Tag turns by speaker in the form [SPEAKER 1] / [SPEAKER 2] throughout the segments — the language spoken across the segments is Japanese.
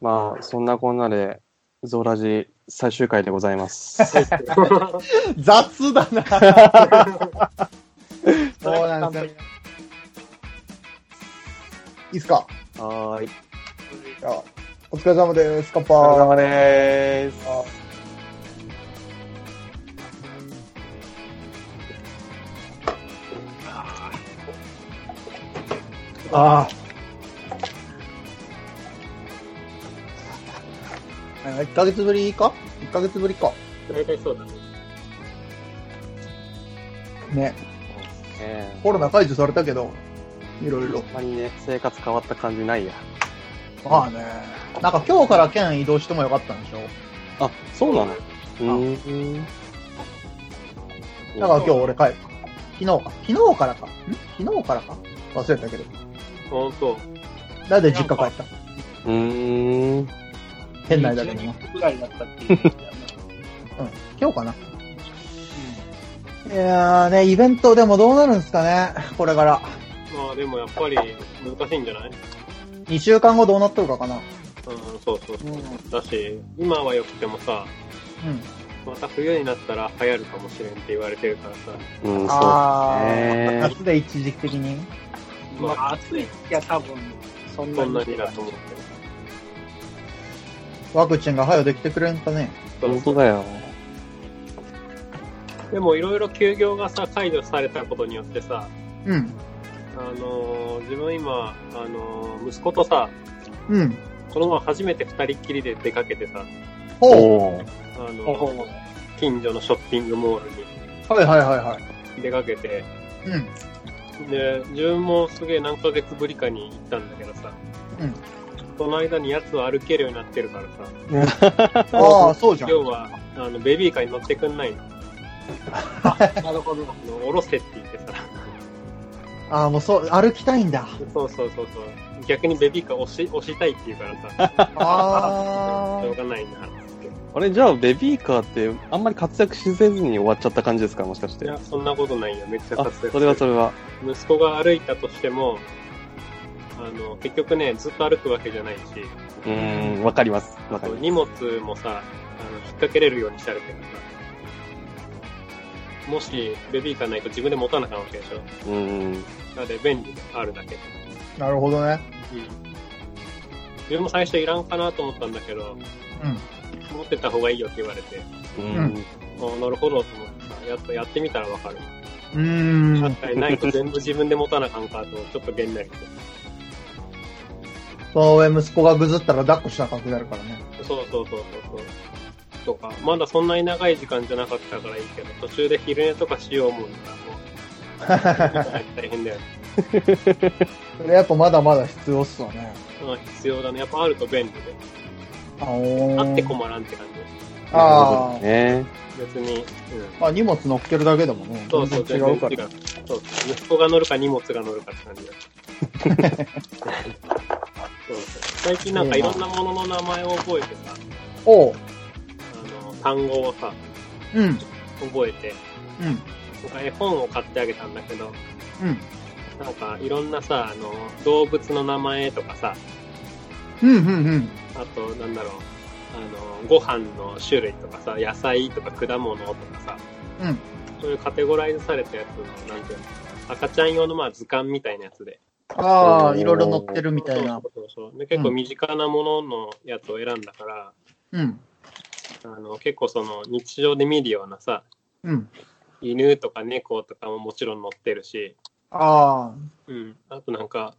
[SPEAKER 1] まあ、そんなこんなで、ゾーラジ最終回でござい ます。
[SPEAKER 2] 雑だな。そうなんですよ。いいっすか
[SPEAKER 1] はーい。
[SPEAKER 2] じゃあお疲れ様です。乾
[SPEAKER 1] お疲れ
[SPEAKER 2] 杯。
[SPEAKER 1] 様でーす。
[SPEAKER 2] ああ。1ヶ月ぶりか ?1 ヶ月ぶりか。
[SPEAKER 3] 大体そうだね。
[SPEAKER 2] ね。
[SPEAKER 1] ええ
[SPEAKER 2] コロナ解除されたけど、いろいろ。
[SPEAKER 1] あんまりね、生活変わった感じないや。
[SPEAKER 2] まあね。なんか今日から県移動してもよかったんでしょ
[SPEAKER 1] あ、そうなのうーん。
[SPEAKER 2] だから今日俺帰る。昨日か。昨日からか。ん昨日からか。忘れたけど。
[SPEAKER 3] 本当。
[SPEAKER 2] なんで実家帰った
[SPEAKER 1] うーん。
[SPEAKER 2] 県内だけどな。
[SPEAKER 3] ぐらいだったっていう感じだよね。
[SPEAKER 2] うん。今日かな。いやーね、イベントでもどうなるんですかね。これから。
[SPEAKER 3] うんまあでもやっぱり難しいんじゃない
[SPEAKER 2] 2週間後どうなっとるかかな。
[SPEAKER 3] うん、そうそう
[SPEAKER 2] うん。うん。
[SPEAKER 3] だし、今は良くてもさ、また冬になったら流行るかもしれんって言われてるからさ、
[SPEAKER 1] うん、そう。
[SPEAKER 2] あー、
[SPEAKER 1] ね
[SPEAKER 2] 夏で一時的に。
[SPEAKER 3] まあ
[SPEAKER 4] 暑い時は多分、そん
[SPEAKER 3] そ
[SPEAKER 4] なんに
[SPEAKER 3] なにだと思って。
[SPEAKER 2] ワクチンが早くできてくれんかね。
[SPEAKER 3] そう
[SPEAKER 1] 本当だよ。
[SPEAKER 3] でもいろいろ休業がさ、解除されたことによってさ、
[SPEAKER 2] うん。
[SPEAKER 3] あのー自分今、あのー息子とさ、
[SPEAKER 2] うん。
[SPEAKER 3] この前初めて二人っきりで出かけてさ、
[SPEAKER 2] ほう。
[SPEAKER 1] う。
[SPEAKER 3] あのー
[SPEAKER 4] ほうほうほう
[SPEAKER 3] 近所のショッピングモールに
[SPEAKER 2] はいはいはいはい。
[SPEAKER 3] 出かけて、
[SPEAKER 2] うん。
[SPEAKER 3] で、自分もすげえ何ヶ月ぶりかに行ったんだけどさ、
[SPEAKER 2] うん
[SPEAKER 3] その間にやつは歩けるようになってるからさ、
[SPEAKER 2] ああ、そうじゃん。
[SPEAKER 3] 要は、あの、ベビーカーに乗ってく んないの。
[SPEAKER 4] なるほど。
[SPEAKER 3] あの降ろせって言ってさ、
[SPEAKER 2] ああ、もうそう、歩きたいんだ。
[SPEAKER 3] そうそうそうそう、逆にベビーカー押し、押したいって言うからさ、
[SPEAKER 2] あ
[SPEAKER 3] しょうがないな、つって。
[SPEAKER 1] あれ、じゃあ、ベビーカーって、あんまり活躍しせずに終わっちゃった感じですかもしかし
[SPEAKER 3] い
[SPEAKER 1] て。
[SPEAKER 3] や
[SPEAKER 1] あ、、
[SPEAKER 3] そんなことないよ、めっちゃ活躍
[SPEAKER 1] それはそ
[SPEAKER 3] れ。
[SPEAKER 1] れは。
[SPEAKER 3] 息子が歩いたとしても、あの、結局ね、ずっと歩くわけじゃないし、
[SPEAKER 1] うーん、わかります。わかります。
[SPEAKER 3] 荷物もさ、あの、引っ掛けれるようにしてあるけどさ、もし、ベビーカーないと自分で持たなあかんわけでしょ。
[SPEAKER 1] うーん。
[SPEAKER 3] なので、便利であるだけ。
[SPEAKER 2] あ、なるほどね。
[SPEAKER 3] 自分も最初いらんかなと思ったんだけど、持ってた方がいいよって言われて、
[SPEAKER 1] う。
[SPEAKER 2] うん
[SPEAKER 3] あなるほどと思ってさ、やっとやってみたらわかる。
[SPEAKER 2] うん。うーん。
[SPEAKER 3] 確かにないと全部自分で持たなあかんかと、ちょっとげんなりして。
[SPEAKER 2] その上息子がぐずったら抱っこしな感じになるからね。
[SPEAKER 3] そうそうそうそうそう。とか、まだそんなに長い時間じゃなかったからいいけど、途中で昼寝とかしよう思うんだから、もう。大変だよね。
[SPEAKER 2] それやっぱまだまだ必要っすわね。
[SPEAKER 3] うん必要だね。やっぱあると便利で。
[SPEAKER 2] あお
[SPEAKER 3] あって
[SPEAKER 2] ー。
[SPEAKER 3] 困らんって感じ。
[SPEAKER 2] ああ。
[SPEAKER 1] ね
[SPEAKER 3] 別に、うん。
[SPEAKER 2] まあ荷物乗っけるだけでもね。
[SPEAKER 3] そうそう、
[SPEAKER 2] 全
[SPEAKER 3] 全
[SPEAKER 2] 然違
[SPEAKER 3] 然
[SPEAKER 2] うか
[SPEAKER 3] 違う
[SPEAKER 2] ら。
[SPEAKER 3] そうそう。息子が乗るか荷物が乗るかって感じだ。そうそう最近なんかいろんなものの名前を覚えてさ、
[SPEAKER 2] おう。
[SPEAKER 3] あの、単語をさ、
[SPEAKER 2] うん。うん。
[SPEAKER 3] 覚えて、僕は絵本を買ってあげたんだけど、
[SPEAKER 2] うん。
[SPEAKER 3] なんかいろんなさ、あの、動物の名前とかさ、
[SPEAKER 2] うん。うん。うん。
[SPEAKER 3] あと、なんだろう、あの、ご飯の種類とかさ、野菜とか果物とかさ、
[SPEAKER 2] うん。
[SPEAKER 3] そういうカテゴライズされたやつの、なんていうの、赤ちゃん用のまあ図鑑みたいなやつで、
[SPEAKER 2] ああ、いろいろ乗ってるみたいな
[SPEAKER 3] そ。うそうそうそうで結構身近なもののやつを選んだから、
[SPEAKER 2] うん。
[SPEAKER 3] あの結構その日常で見るようなさ
[SPEAKER 2] うん。
[SPEAKER 3] 犬とか猫とかももちろん載ってるし、
[SPEAKER 2] あ
[SPEAKER 3] うん、あとなんか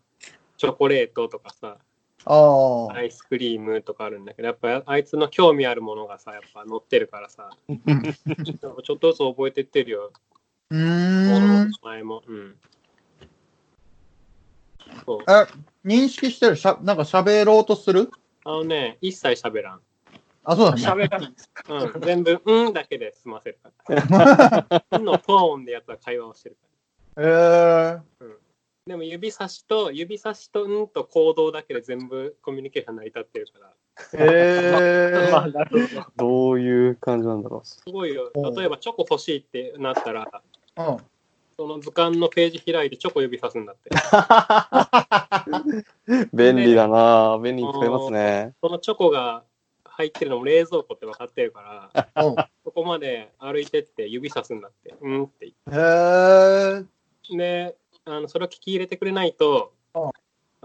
[SPEAKER 3] チョコレートとかさ
[SPEAKER 2] あ。ああ
[SPEAKER 3] ア。イスクリームとかあるんだけどやっぱあいつの興味あるものがさやっぱ載ってるか らさやっぱちょっとずつ覚えてってるよ
[SPEAKER 2] う
[SPEAKER 3] も
[SPEAKER 2] ー
[SPEAKER 3] のの
[SPEAKER 2] ん
[SPEAKER 3] 名。前も、うん、そう
[SPEAKER 2] え、認識してるしゃ、なんか喋ろうとする
[SPEAKER 3] あのね一切喋らん、
[SPEAKER 2] あ、そうだね。
[SPEAKER 4] 喋らないです。
[SPEAKER 3] うん、全部「うん」だけで済ませるから のトーンでやった会話をしてるか
[SPEAKER 2] えー。
[SPEAKER 3] ら。でも指差しと、指差しとうんと行動だけで全部コミュニケーション成り立ってるから。
[SPEAKER 2] え
[SPEAKER 4] ま あ、
[SPEAKER 2] ー。
[SPEAKER 4] なるほど。
[SPEAKER 1] どういう感じなんだろ
[SPEAKER 3] すごいよ
[SPEAKER 2] おう。
[SPEAKER 3] 例えばチョコ欲しいってなったら、
[SPEAKER 2] うん。
[SPEAKER 3] その図鑑のページ開いてチョコ指さすんだって。
[SPEAKER 1] 便利だなぁ便利に使いますね。
[SPEAKER 3] そのチョコが入ってるのも冷蔵庫って分かってるから、
[SPEAKER 2] うん
[SPEAKER 3] そこまで歩いてって指さすんだって。うんって言っ
[SPEAKER 2] へー。
[SPEAKER 3] て。で、あのそれを聞き入れてくれないと
[SPEAKER 2] うん、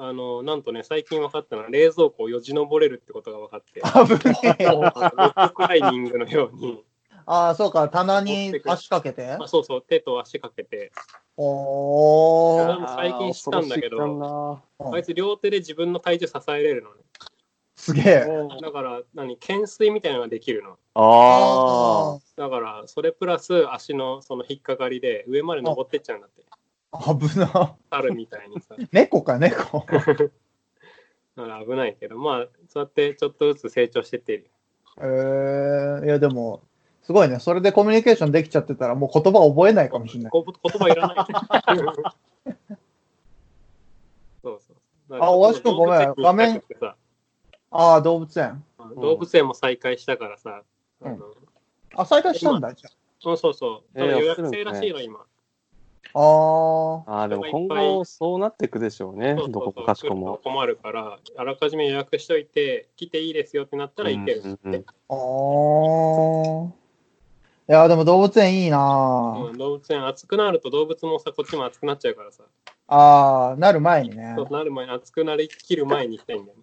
[SPEAKER 3] あのなんとね、最近分かったのは冷蔵庫をよじ登れるってことが分かって、
[SPEAKER 2] 危ねえよ。
[SPEAKER 3] ロッククライミングのように、
[SPEAKER 2] ああ、そうか、棚に足かけて
[SPEAKER 3] あ。そうそう、手と足かけて、
[SPEAKER 2] お
[SPEAKER 3] あ
[SPEAKER 2] ー。
[SPEAKER 3] ー最近知ったんだけど
[SPEAKER 1] あー恐ろしいな
[SPEAKER 3] あいつ両手で自分の体重支えれるのね。
[SPEAKER 2] すげえ。
[SPEAKER 3] だから、何、懸垂みたいなのができるの。
[SPEAKER 1] あ
[SPEAKER 3] だから、それプラス足のその引っかかりで上まで登ってっちゃうんだって。
[SPEAKER 2] あ危な。
[SPEAKER 3] 猿みたいにさ。
[SPEAKER 2] 猫か、猫。
[SPEAKER 3] だから危ないけど、まあ、そうやってちょっとずつ成長してってる。
[SPEAKER 2] えー、いや、でも、すごいね。それでコミュニケーションできちゃってたら、もう言葉覚えないかもしれない。
[SPEAKER 3] こ言葉いらない。そうそう。
[SPEAKER 2] あ大橋君ごめん画面。ああ、動物園。
[SPEAKER 3] 動物園も再開したからさ。あの
[SPEAKER 2] あ、再開したんだ、じゃ
[SPEAKER 3] そうそうそう。
[SPEAKER 1] えー
[SPEAKER 3] ただ予約制らしいの、今。
[SPEAKER 2] あ。ああ。
[SPEAKER 1] あーでも今後そうなってくでしょうね、どこかしこも。
[SPEAKER 3] 困るから、あらかじめ予約しといて、来ていいですよってなったら行ける
[SPEAKER 1] うん
[SPEAKER 3] う
[SPEAKER 1] うんうん
[SPEAKER 2] あーいや、でも動物園いいなぁ
[SPEAKER 3] ん動物園暑くなると動物もさ、こっちも暑くなっちゃうからさ。
[SPEAKER 2] ああ、なる前にね。
[SPEAKER 3] そうなる前に暑くなりきる前に行きたいんだよ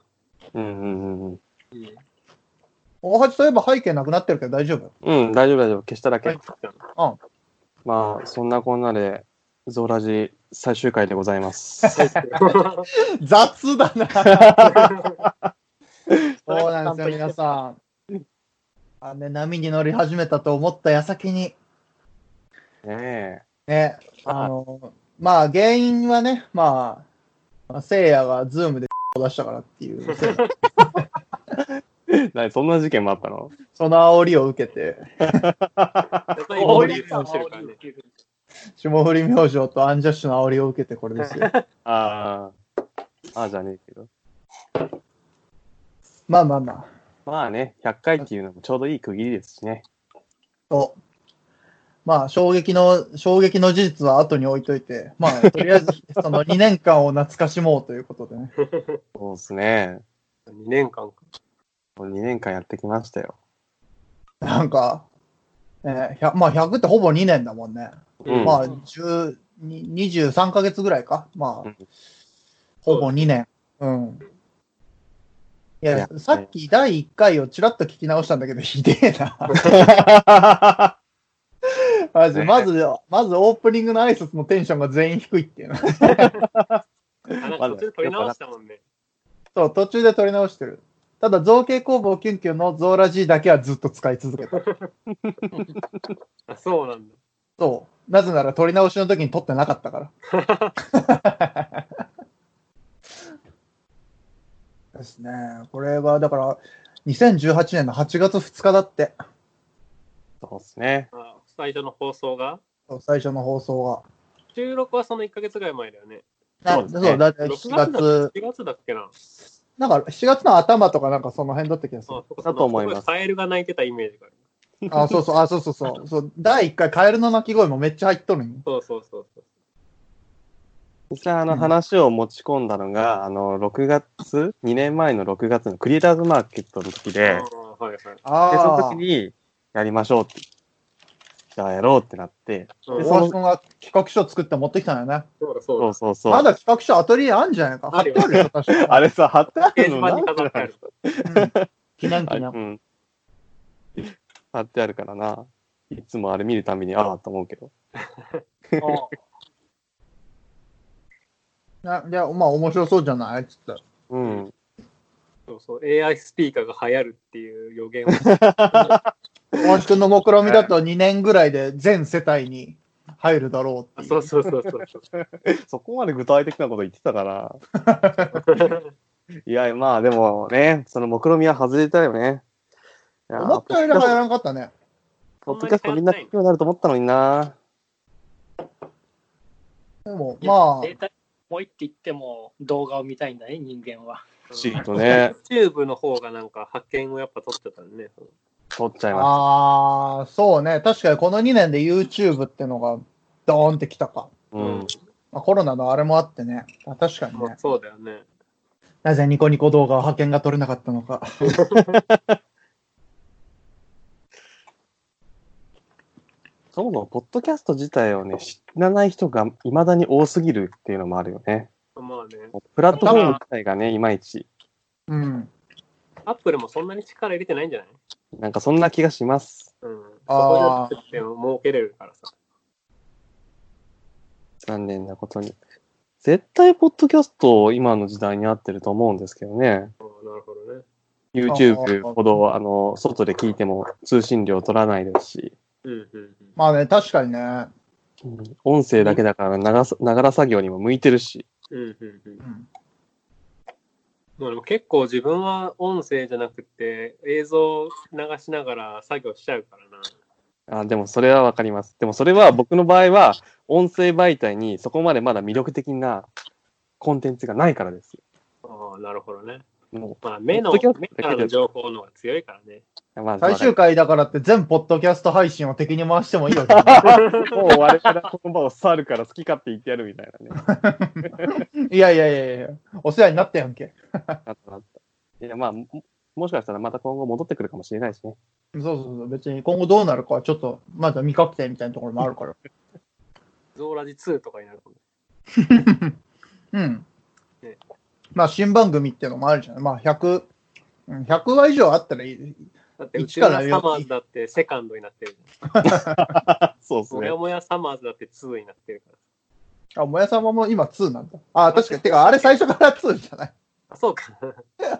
[SPEAKER 1] うんうんうん
[SPEAKER 2] 大橋そういえば背景なくなってるけど大丈夫
[SPEAKER 1] うん、大丈夫大丈夫、消しただけ。
[SPEAKER 3] な。
[SPEAKER 1] まあ、そんなこんなで、ゾーラジ最終回でござい ます。
[SPEAKER 2] 雑だなそうなんですよ、 皆さん。あね、波に乗り始めたと思った矢先に、
[SPEAKER 1] ね
[SPEAKER 2] ね、あの、まあ原因はね、まあ、せいやがズームでを出したからっていう、
[SPEAKER 1] え。なにそんな事件もあったの
[SPEAKER 2] その煽りを受けて、
[SPEAKER 3] 大流行してるからね。
[SPEAKER 2] 霜降り明星とアンジャッシュの煽りを受けてこれですよ。
[SPEAKER 1] ああ。ああじゃねえけど。
[SPEAKER 2] まあまあまあ。
[SPEAKER 1] まあね、100回っていうのもちょうどいい区切りですしね。
[SPEAKER 2] と、まあ、衝撃の、衝撃の事実は後に置いといて、まあ、とりあえず、その2年間を懐かしもうということでね。
[SPEAKER 1] そうですね。
[SPEAKER 3] 2年間か。
[SPEAKER 1] もう2年間やってきましたよ。
[SPEAKER 2] なんか、えー、100まあ、100ってほぼ2年だもんね。
[SPEAKER 1] うん
[SPEAKER 2] まあ、10 23ヶ月ぐらいか。ま
[SPEAKER 1] う
[SPEAKER 2] あ
[SPEAKER 1] ん、
[SPEAKER 2] ほぼ2年。うん。
[SPEAKER 1] い
[SPEAKER 2] いや
[SPEAKER 1] や、
[SPEAKER 2] さっき第1回をちらっと聞き直したんだけど、ひで えな。まず、
[SPEAKER 1] ね
[SPEAKER 2] まず、まずオープニングの挨拶のテンションが全員低いっていうね。
[SPEAKER 3] なんか途中で取り直したもんね。
[SPEAKER 2] そう、途中で撮り直してる。ただ、造形工房キュンキュンのゾーラ G だけはずっと使い続けた。
[SPEAKER 3] あ、そうなんだ。
[SPEAKER 2] そう。なぜなら撮り直しの時に撮ってなかった から。ですね。これは、だから、2018年の8月2日だって。
[SPEAKER 1] そうですね。
[SPEAKER 3] あ最初の放送が。
[SPEAKER 2] そう最初の放送
[SPEAKER 3] 収録はその1ヶ月ぐらい前だよね。
[SPEAKER 2] が。
[SPEAKER 1] そうですね
[SPEAKER 2] そう、だって
[SPEAKER 3] 6
[SPEAKER 2] 7
[SPEAKER 3] 月だっ
[SPEAKER 2] 月、
[SPEAKER 3] け ?7 月だっけな。
[SPEAKER 2] なんか7月の頭とかなんかその辺だった気がする。
[SPEAKER 3] あそこ
[SPEAKER 1] だと思います
[SPEAKER 3] ごカエルが泣いてたイメージがある。
[SPEAKER 2] あ、そうそう、あ、そうそ うそう。そう第1回、カエルの鳴き声もめっちゃ入っとるんよ
[SPEAKER 3] そうそうそうそう。
[SPEAKER 1] 実際あの
[SPEAKER 2] うん
[SPEAKER 1] 話を持ち込んだのが、あの、6月、2年前の6月のクリエイターズマーケットの時で、
[SPEAKER 3] あーはいはい。
[SPEAKER 1] で、その
[SPEAKER 2] ああ
[SPEAKER 1] 時。に、やりましょうって。じゃあやろうってなって、
[SPEAKER 3] う
[SPEAKER 2] で
[SPEAKER 3] ん
[SPEAKER 1] そ
[SPEAKER 2] 大
[SPEAKER 1] の
[SPEAKER 2] 橋君が企画書作って持ってきたんだよね。
[SPEAKER 3] そうだそう
[SPEAKER 1] そ
[SPEAKER 3] だ
[SPEAKER 1] う。そうそう。
[SPEAKER 2] まだ企画書アトリエあんじゃないか。貼
[SPEAKER 3] あ
[SPEAKER 2] っ
[SPEAKER 3] る
[SPEAKER 2] て
[SPEAKER 3] よ
[SPEAKER 2] あるよ、確か
[SPEAKER 1] あれさ、貼ってあ
[SPEAKER 3] 掲
[SPEAKER 1] る
[SPEAKER 3] 示
[SPEAKER 1] の
[SPEAKER 3] 板
[SPEAKER 1] な
[SPEAKER 3] に
[SPEAKER 1] ん
[SPEAKER 3] 飾ってあ
[SPEAKER 1] か
[SPEAKER 3] る。
[SPEAKER 2] 記念記
[SPEAKER 1] あ
[SPEAKER 2] 念
[SPEAKER 1] う。ん。貼ってあるからな。いつもあれ見るたびに、ああ、と思うけど。
[SPEAKER 2] なじゃあ、まあ面白そうじゃないつって。
[SPEAKER 1] うん。
[SPEAKER 3] そうそう。AI スピーカーが流行るっていう 予言を。
[SPEAKER 2] 大橋君の目論見みだと2年ぐらいで全世帯に入るだろう
[SPEAKER 3] あ
[SPEAKER 2] って
[SPEAKER 3] そ
[SPEAKER 2] いう
[SPEAKER 3] う。そうそうそう。
[SPEAKER 1] そこまで具体的なこと言ってたから。いや、まあでもね、その目論見は外れたよね。いや
[SPEAKER 2] 思ったより入らなかったね。
[SPEAKER 1] ポッドキャストみんな聞くようになると思ったのにな。
[SPEAKER 2] でも、ま
[SPEAKER 4] データもう一って言っても動画を見たいんだね、人間は。
[SPEAKER 1] 不思議と ね。
[SPEAKER 3] YouTube の方がなんか発見をやっぱ取ってたね。
[SPEAKER 1] 撮っちゃい
[SPEAKER 2] あ、
[SPEAKER 1] ま
[SPEAKER 2] ああー、そうね。確かにこの2年で YouTube ってのがドーンって来たか。
[SPEAKER 1] うん。
[SPEAKER 2] まあ、コロナのあれもあってね。あ確かに
[SPEAKER 3] ま
[SPEAKER 2] ね
[SPEAKER 3] あ、。そうだよね。
[SPEAKER 2] なぜニコニコ動画は派遣が取れなかったのか。
[SPEAKER 1] そもそも、ポッドキャスト自体をね、知らない人が未だに多すぎるっていうのもあるよね。
[SPEAKER 3] まあね。
[SPEAKER 1] プラットフォーム自体がね、いまいち、
[SPEAKER 2] うん。
[SPEAKER 3] アップルもそんなに力入れてないんじゃない
[SPEAKER 1] なんかそんな気がします。
[SPEAKER 3] うん。そ
[SPEAKER 2] あー
[SPEAKER 3] こじゃなくても儲けれるからさ。
[SPEAKER 1] 残念なことに。絶対、ポッドキャスト、今の時代に合ってると思うんですけどね。
[SPEAKER 3] あーなるほどね。
[SPEAKER 1] YouTube ほど、あの、外で聞いても通信料取らないですし、
[SPEAKER 3] うんうんうん。
[SPEAKER 2] まあね、確かにね。
[SPEAKER 1] 音声だけだから、ながさながら作業にも向いてるし。
[SPEAKER 3] うんうんうん
[SPEAKER 2] う。ん。
[SPEAKER 3] まあでも結構自分は音声じゃなくて映像流しながら作業しちゃうからな。
[SPEAKER 1] あでもそれはわかります。でもそれは僕の場合は、音声媒体にそこまでまだ魅力的なコンテンツがないからですよ。
[SPEAKER 3] ああ、なるほどね。
[SPEAKER 1] も
[SPEAKER 3] まあ目の、
[SPEAKER 1] ポッドキャスト
[SPEAKER 3] 目からの情報の方が強いからね。
[SPEAKER 1] う、まあ、
[SPEAKER 2] 最終回だからって全ポッドキャスト配信を敵に回してもいいわけ
[SPEAKER 1] もう我からこの場を去るから好き勝手言ってやるみたいなね。
[SPEAKER 2] いやいやいやいや、お世話になったやんけ。
[SPEAKER 1] あったあ った。いや、まあ、ももしかしたらまた今後戻ってくるかもしれないしね。
[SPEAKER 2] そうそうそう、別に今後どうなるかはちょっと、まだ未確定みたいなところもあるから。
[SPEAKER 3] ゾーラジ2とかになるかも
[SPEAKER 2] うん
[SPEAKER 3] ね。
[SPEAKER 2] まあ、新番組っていうのもあるじゃない。まあ、100、うん100話以上あったらいい。
[SPEAKER 3] だって、う
[SPEAKER 2] 一
[SPEAKER 3] ち
[SPEAKER 2] か
[SPEAKER 3] の
[SPEAKER 2] ら
[SPEAKER 3] サ
[SPEAKER 2] 四
[SPEAKER 3] マーズだってセカンドになってる。
[SPEAKER 1] そうです
[SPEAKER 3] も
[SPEAKER 1] ね
[SPEAKER 3] や。もやサマーズだって2になってるから。
[SPEAKER 2] あ、もやさまも今2なんだ。あ、確かに。てか、あれ最初から2じゃない。
[SPEAKER 3] あ、そうか。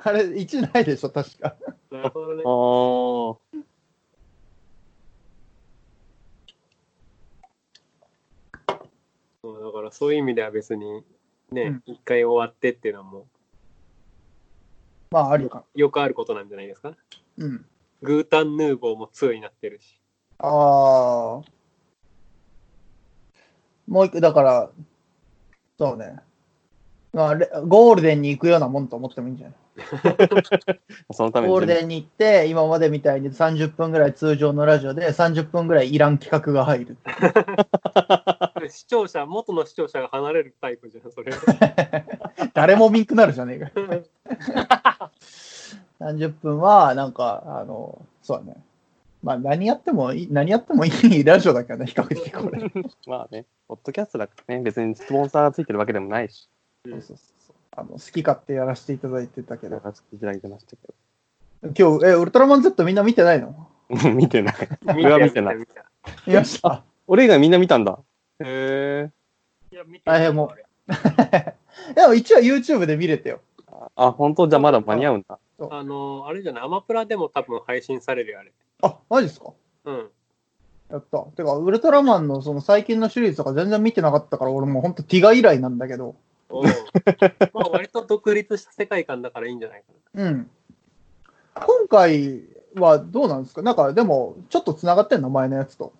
[SPEAKER 2] あれ1ないでしょ、確か。
[SPEAKER 3] なるほど
[SPEAKER 1] あ。
[SPEAKER 3] ね
[SPEAKER 1] ー
[SPEAKER 3] そうだからそういう意味では別に、
[SPEAKER 2] う
[SPEAKER 3] ね
[SPEAKER 2] ん、
[SPEAKER 3] 一、回終わってっていうのはも
[SPEAKER 2] まあ、あるか。
[SPEAKER 3] うよくあることなんじゃないですか。
[SPEAKER 2] うん。
[SPEAKER 3] グータンヌーボーも2になってる し。
[SPEAKER 2] ああ。もう一個、だから、そうね。まあ、レゴールデンに行くようなもんと思ってもいいんじゃない
[SPEAKER 1] そのために
[SPEAKER 2] ゴールデンに行って、今までみたいに30分ぐらい通常のラジオで30分ぐらいいらん企画が入る。
[SPEAKER 3] 視聴者、元の視聴者が離れるタイプじゃん、それ。
[SPEAKER 2] 誰も見んくなるじゃねえか。30分は、なんか、あの、そうだね。まあ、何やってもいい、何やってもいいラジオだからね、比較的これ。
[SPEAKER 1] まあね、ポッドキャストだからね、別にスポンサーがついてるわけでもないし、
[SPEAKER 2] そうそうそうあの好き勝手やらせていただいてたけ
[SPEAKER 1] なん
[SPEAKER 2] ど、
[SPEAKER 1] かいただいてましたけ
[SPEAKER 2] 今日、え、ウルトラマン Z みんな見てないの
[SPEAKER 1] ど。 見てない。俺は見てない。
[SPEAKER 3] 見た。
[SPEAKER 2] 見ました。
[SPEAKER 1] 俺以外みんな見たんだ。へえ。
[SPEAKER 4] いや、見て
[SPEAKER 2] あいやもう でも一応 YouTube で見れてよ。
[SPEAKER 1] あ、本当じゃあまだ間に合うんだ。
[SPEAKER 3] あの、あれじゃない、アマプラでも多分配信されるよ、あれ。
[SPEAKER 2] あ、マジですか
[SPEAKER 3] うん。
[SPEAKER 2] やった。てか、ウルトラマンのその最近のシリーズとか全然見てなかったから、俺もうほんとティガ以来なんだけど、
[SPEAKER 3] おうまあ割と独立した世界観だからいいんじゃないかな。
[SPEAKER 2] うん。今回はどうなんですかなんかでも、ちょっと繋がってんの前のやつと。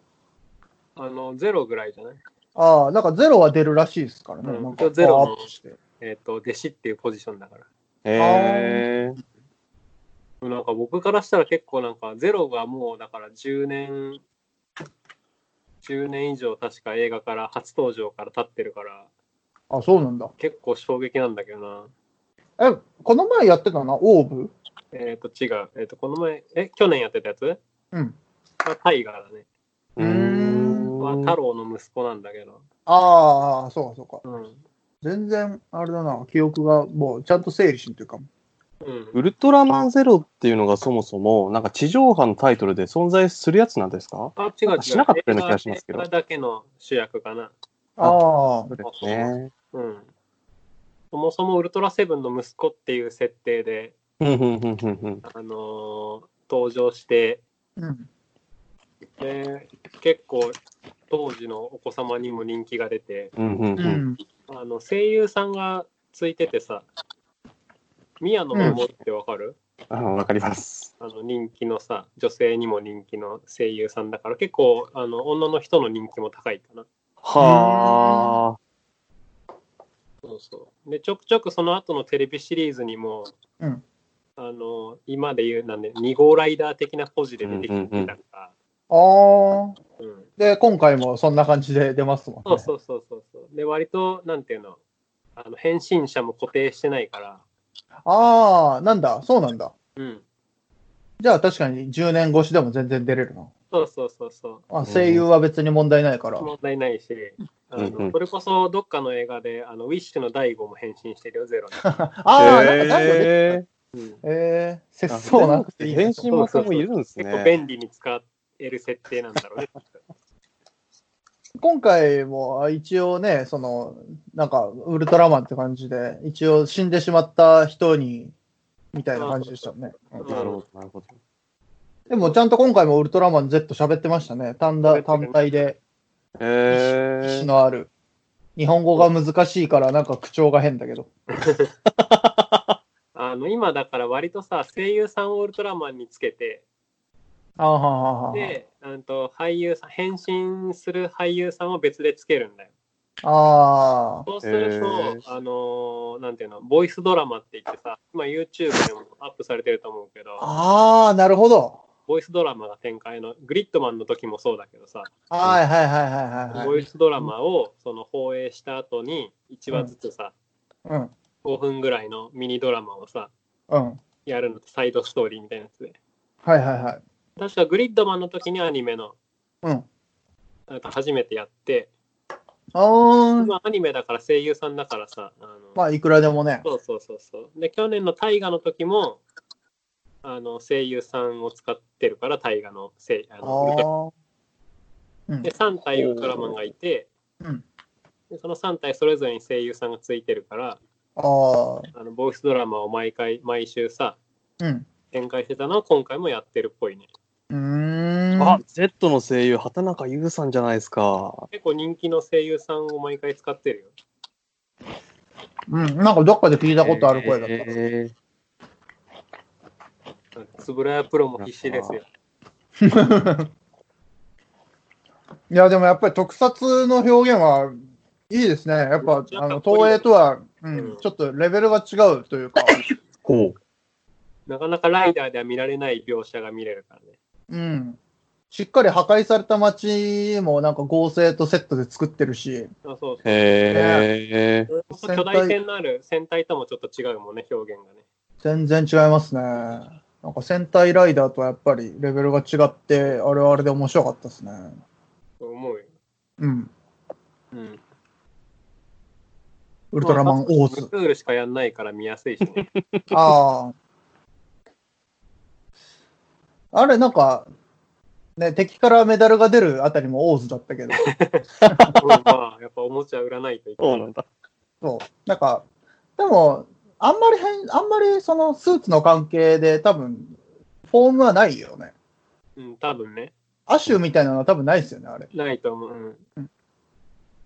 [SPEAKER 3] あの、ゼロぐらいじゃない
[SPEAKER 2] ああ、なんかゼロは出るらしいですからね。
[SPEAKER 3] うん
[SPEAKER 2] なんか
[SPEAKER 3] ゼロ
[SPEAKER 2] パ
[SPEAKER 3] の
[SPEAKER 2] ワーアップして。
[SPEAKER 3] えっ、と、弟子っていうポジションだから。
[SPEAKER 1] へえ。
[SPEAKER 3] なんか僕からしたら結構なんか、ゼロがもうだから10年、10年以上確か映画から、初登場から経ってるから、
[SPEAKER 2] あ、そうなんだ。
[SPEAKER 3] 結構衝撃なんだけどな。
[SPEAKER 2] え、この前やってたな、オーブ
[SPEAKER 3] えっ、と、違う。えっ、と、この前、え、去年やってたやつ
[SPEAKER 2] うん。
[SPEAKER 3] はタイガーだね。
[SPEAKER 2] うーん
[SPEAKER 3] は太郎の息子なんだけど。
[SPEAKER 2] ああ、そうかそうか。
[SPEAKER 3] うん。
[SPEAKER 2] 全然、あれだな、記憶がもうちゃんと整理しんというか。
[SPEAKER 3] うん。
[SPEAKER 1] ウルトラマンゼロっていうのがそもそも、なんか地上波のタイトルで存在するやつなんですか
[SPEAKER 3] あ、違う違う。
[SPEAKER 1] しなかったような気がしますけど
[SPEAKER 3] 映画だけの主役かな。
[SPEAKER 2] ああ、
[SPEAKER 3] です
[SPEAKER 1] ね。
[SPEAKER 3] うん。そもそもウルトラセブンの息子っていう設定で、
[SPEAKER 1] ふんふんふんふんふん。
[SPEAKER 3] あのー登場して、
[SPEAKER 2] うん。
[SPEAKER 3] で、結構当時のお子様にも人気が出て、
[SPEAKER 1] うんうん
[SPEAKER 2] う
[SPEAKER 1] うん。
[SPEAKER 2] ん。
[SPEAKER 3] あの声優さんがついててさ、宮野真守ってわかる、
[SPEAKER 1] あわかります。
[SPEAKER 3] あの人気のさ、女性にも人気の声優さんだから、結構あの女の人の人気も高いかな。
[SPEAKER 1] は
[SPEAKER 3] そうそう。で、ちょくちょくその後のテレビシリーズにも、
[SPEAKER 2] うん
[SPEAKER 3] あの、今で言う、なんで、2号ライダー的なポジで出てきてたから、
[SPEAKER 2] ああ、
[SPEAKER 3] うん
[SPEAKER 2] で、今回もそんな感じで出ますもんね。
[SPEAKER 3] そうそうそうそうそう。で、割と、なんていうの、あの返信者も固定してないから、
[SPEAKER 2] ああ、なんだ、そうなんだ。
[SPEAKER 3] うん。
[SPEAKER 2] じゃあ確かに10年越しでも全然出れるな。
[SPEAKER 3] そうそうそうそう。
[SPEAKER 2] あ声優は別に問題ないから。
[SPEAKER 3] 問題ないし、あの
[SPEAKER 1] うんうん
[SPEAKER 3] それこそどっかの映画で、あのウィッシュの第五も変身してるよ、ゼロ に。
[SPEAKER 2] ああ、なんか最後で。
[SPEAKER 1] え
[SPEAKER 3] うん
[SPEAKER 2] えー、
[SPEAKER 1] ー、
[SPEAKER 2] 節操なくていいね。
[SPEAKER 1] 変身もさんもいるんです
[SPEAKER 3] 結構
[SPEAKER 1] ね。
[SPEAKER 3] 便利に使える設定なんだ ろうね。
[SPEAKER 2] 今回もあ一応ね、その、なんか、ウルトラマンって感じで、一応死んでしまった人に、みたいな感じでしたよね。
[SPEAKER 3] そう
[SPEAKER 2] うん
[SPEAKER 1] なるほど、なるほど。
[SPEAKER 2] でも、ちゃんと今回もウルトラマン Z 喋ってましたね。単
[SPEAKER 3] 喋
[SPEAKER 2] だ
[SPEAKER 3] ってたね
[SPEAKER 2] 単体で、
[SPEAKER 1] え
[SPEAKER 2] 意思
[SPEAKER 1] ー、
[SPEAKER 2] のある。日本語が難しいから、なんか口調が変だけど。
[SPEAKER 3] あの今だから割とさ、声優さんをウルトラマンにつけて、
[SPEAKER 2] あーはーはーはー
[SPEAKER 3] で、あんと俳優さん、変身する俳優さんを別でつけるんだよ。
[SPEAKER 2] あ
[SPEAKER 3] そうすると、
[SPEAKER 1] へー
[SPEAKER 3] あのーなんていうの、ボイスドラマって言ってさ、今 YouTube でもアップされてると思うけ
[SPEAKER 2] あ。
[SPEAKER 3] ど、
[SPEAKER 2] ああ、なるほど。
[SPEAKER 3] ボイスドラマが展開の、グリッドマンの時もそうだけどさ、
[SPEAKER 2] はいはいはいはいはい、
[SPEAKER 3] ボ
[SPEAKER 2] はい。
[SPEAKER 3] イスドラマをその放映した後に1話ずつさ、
[SPEAKER 2] うん。
[SPEAKER 3] 5分ぐらいのミニドラマをさ、
[SPEAKER 2] うん。
[SPEAKER 3] やるのとサイドストーリーみたいなやつで。
[SPEAKER 2] はいはいはい。
[SPEAKER 3] 確かグリッドマンの時にアニメの、
[SPEAKER 2] うん。
[SPEAKER 3] なんか初めてやって、
[SPEAKER 2] ああ、
[SPEAKER 3] 今アニメだから声優さんだからさ、あの
[SPEAKER 2] まあ、いくらでもね。
[SPEAKER 3] そうそうそうそう。で、去年の大河の時も、あの声優さんを使ってるから、大河の声あ
[SPEAKER 2] あ
[SPEAKER 3] のウルトラ
[SPEAKER 2] あ。うん
[SPEAKER 3] で、。3体ウルトラマンがいて、
[SPEAKER 2] うん。
[SPEAKER 3] でその3体それぞれに声優さんがついてるから、
[SPEAKER 2] ああ。
[SPEAKER 3] あのボイスドラマを毎回、毎週さ、
[SPEAKER 2] うん。
[SPEAKER 3] 展開してたのを今回もやってるっぽいね。
[SPEAKER 2] うーん。
[SPEAKER 1] あ、Z の声優、畑中優さんじゃないですか。
[SPEAKER 3] 結構人気の声優さんを毎回使ってるよ。
[SPEAKER 2] うん。なんかどっかで聞いたことある声だった。
[SPEAKER 1] えー
[SPEAKER 3] つぶらやプロも必死ですよ。
[SPEAKER 2] いや、でもやっぱり特撮の表現はいいですね。やっぱ、あの、東映とは、うん、ちょっとレベルが違うというか、
[SPEAKER 1] ほう。
[SPEAKER 3] なかなかライダーでは見られない描写が見れるからね。
[SPEAKER 2] うん。しっかり破壊された街もなんか合成とセットで作ってるし、
[SPEAKER 3] あそうそう
[SPEAKER 1] へえ
[SPEAKER 3] ほんと巨大戦のある戦隊ともちょっと違うもんね、表現がね。
[SPEAKER 2] 全然違いますね。なんか戦隊ライダーとはやっぱりレベルが違って、あれはあれで面白かったですね。
[SPEAKER 3] と思うよ。
[SPEAKER 2] うん。
[SPEAKER 3] うん。
[SPEAKER 2] ウルトラマンオーズ。
[SPEAKER 3] クールしかやんないから見やすいし ね。
[SPEAKER 2] ああ。あれ、なんか、ね、敵からメダルが出るあたりもオーズだったけど、
[SPEAKER 3] うんまあ、やっぱおもちゃ売らないといけ
[SPEAKER 1] そ
[SPEAKER 3] な
[SPEAKER 1] うな
[SPEAKER 3] い。
[SPEAKER 1] んだ。
[SPEAKER 2] そう。なんか、でも、あんまり変、あんまりそのスーツの関係で多分、フォームはないよね。
[SPEAKER 3] うん、多分ね。
[SPEAKER 2] アシュみたいなのは多分ないですよね、あれ。
[SPEAKER 3] ないと思う。うん。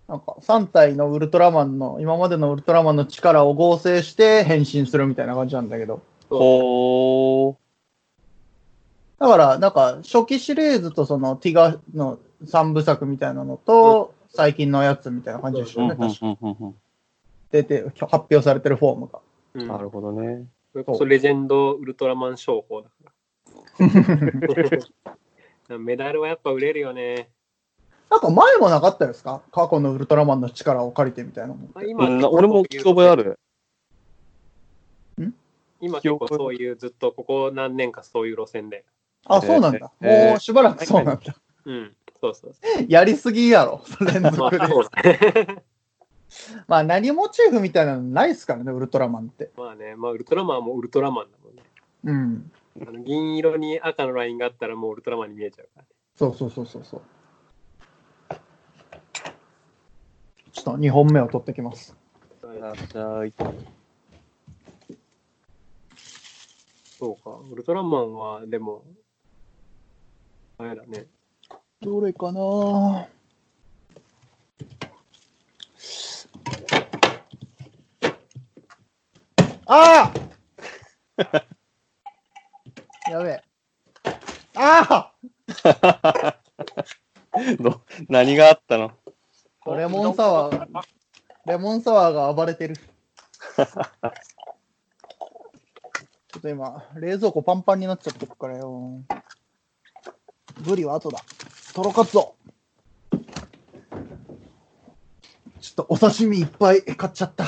[SPEAKER 2] なんか3体のウルトラマンの、今までのウルトラマンの力を合成して変身するみたいな感じなんだけど。
[SPEAKER 1] ほう。
[SPEAKER 2] だから、なんか初期シリーズとそのティガの3部作みたいなのと、最近のやつみたいな感じでした
[SPEAKER 1] うん
[SPEAKER 2] よ
[SPEAKER 1] う
[SPEAKER 2] ね。
[SPEAKER 1] んうん
[SPEAKER 2] 確か
[SPEAKER 1] うん
[SPEAKER 2] 出て、発表されてるフォームが。
[SPEAKER 3] う
[SPEAKER 1] うん
[SPEAKER 3] ん、
[SPEAKER 1] なるほどね。
[SPEAKER 3] それこそレジェンドウルトラマン商法だ から。メダルはやっぱ売れるよね。
[SPEAKER 2] なんか前もなかったですか過去のウルトラマンの力を借りてみたいなもん。
[SPEAKER 3] まあ今
[SPEAKER 1] うんな俺も聞き覚えある。
[SPEAKER 3] 今結構そういう、ずっとここ何年かそういう路線で。
[SPEAKER 2] あ、そうなんだ。
[SPEAKER 1] えー
[SPEAKER 2] もうしばらくそうなんだ。
[SPEAKER 3] うん、そうそ うそ
[SPEAKER 2] やりすぎやろ、連
[SPEAKER 3] う。ま
[SPEAKER 2] 続で
[SPEAKER 3] あ、。そうだね。
[SPEAKER 2] まあ何モチーフみたいなのないですからね、ウルトラマンって。
[SPEAKER 3] まあね、まあ、ウルトラマンもウルトラマンだもんね。
[SPEAKER 2] うん。
[SPEAKER 3] あの銀色に赤のラインがあったらもうウルトラマンに見えちゃうから、ね。
[SPEAKER 2] そうそうそうそうそう。ちょっと2本目を取ってきます。
[SPEAKER 1] あじゃあい
[SPEAKER 3] そうか、ウルトラマンはでも、あれだね。
[SPEAKER 2] どれかなああやべえ。ああ
[SPEAKER 1] ど 何があったの
[SPEAKER 2] レモンサワー、レモンサワーが暴れてる。ちょっと今、冷蔵庫パンパンになっちゃってるからよ。ブリは後だ。トロカツオ。ょっとお刺身いっぱい買っちゃった。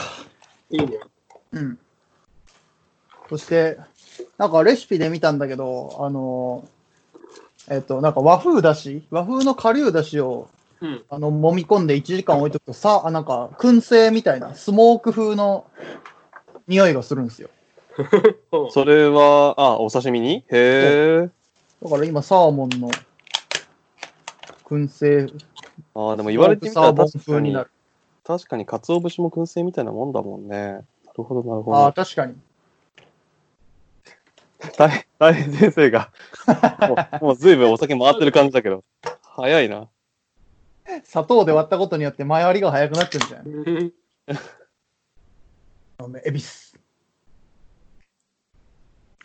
[SPEAKER 3] いいね。
[SPEAKER 2] うん。そして、なんかレシピで見たんだけど、あの、えっと、なんか和風だし、和風の顆粒だしを、
[SPEAKER 3] うん。
[SPEAKER 2] あの、揉み込んで1時間置いとくと、さ、あなんか、燻製みたいな、スモーク風の匂いがするんですよ。
[SPEAKER 3] そう
[SPEAKER 1] それは、あ、お刺身にへえ。
[SPEAKER 2] だから今、サーモンの燻製、
[SPEAKER 1] ああ、でも言われてみたら
[SPEAKER 2] スモークサー
[SPEAKER 1] 確か
[SPEAKER 2] モン風に
[SPEAKER 1] に
[SPEAKER 2] な、る。
[SPEAKER 1] 確かに鰹節も燻製みたいなもんだもんね。なるほど、なるほ
[SPEAKER 2] ああ、
[SPEAKER 1] ど。
[SPEAKER 2] 確かに。
[SPEAKER 1] 大大変先生が、もうもう随分お酒回ってる感じだけど、早いな。
[SPEAKER 2] 砂糖で割ったことによって前割りが早くなってるじゃん。
[SPEAKER 3] うん
[SPEAKER 2] あのエビス。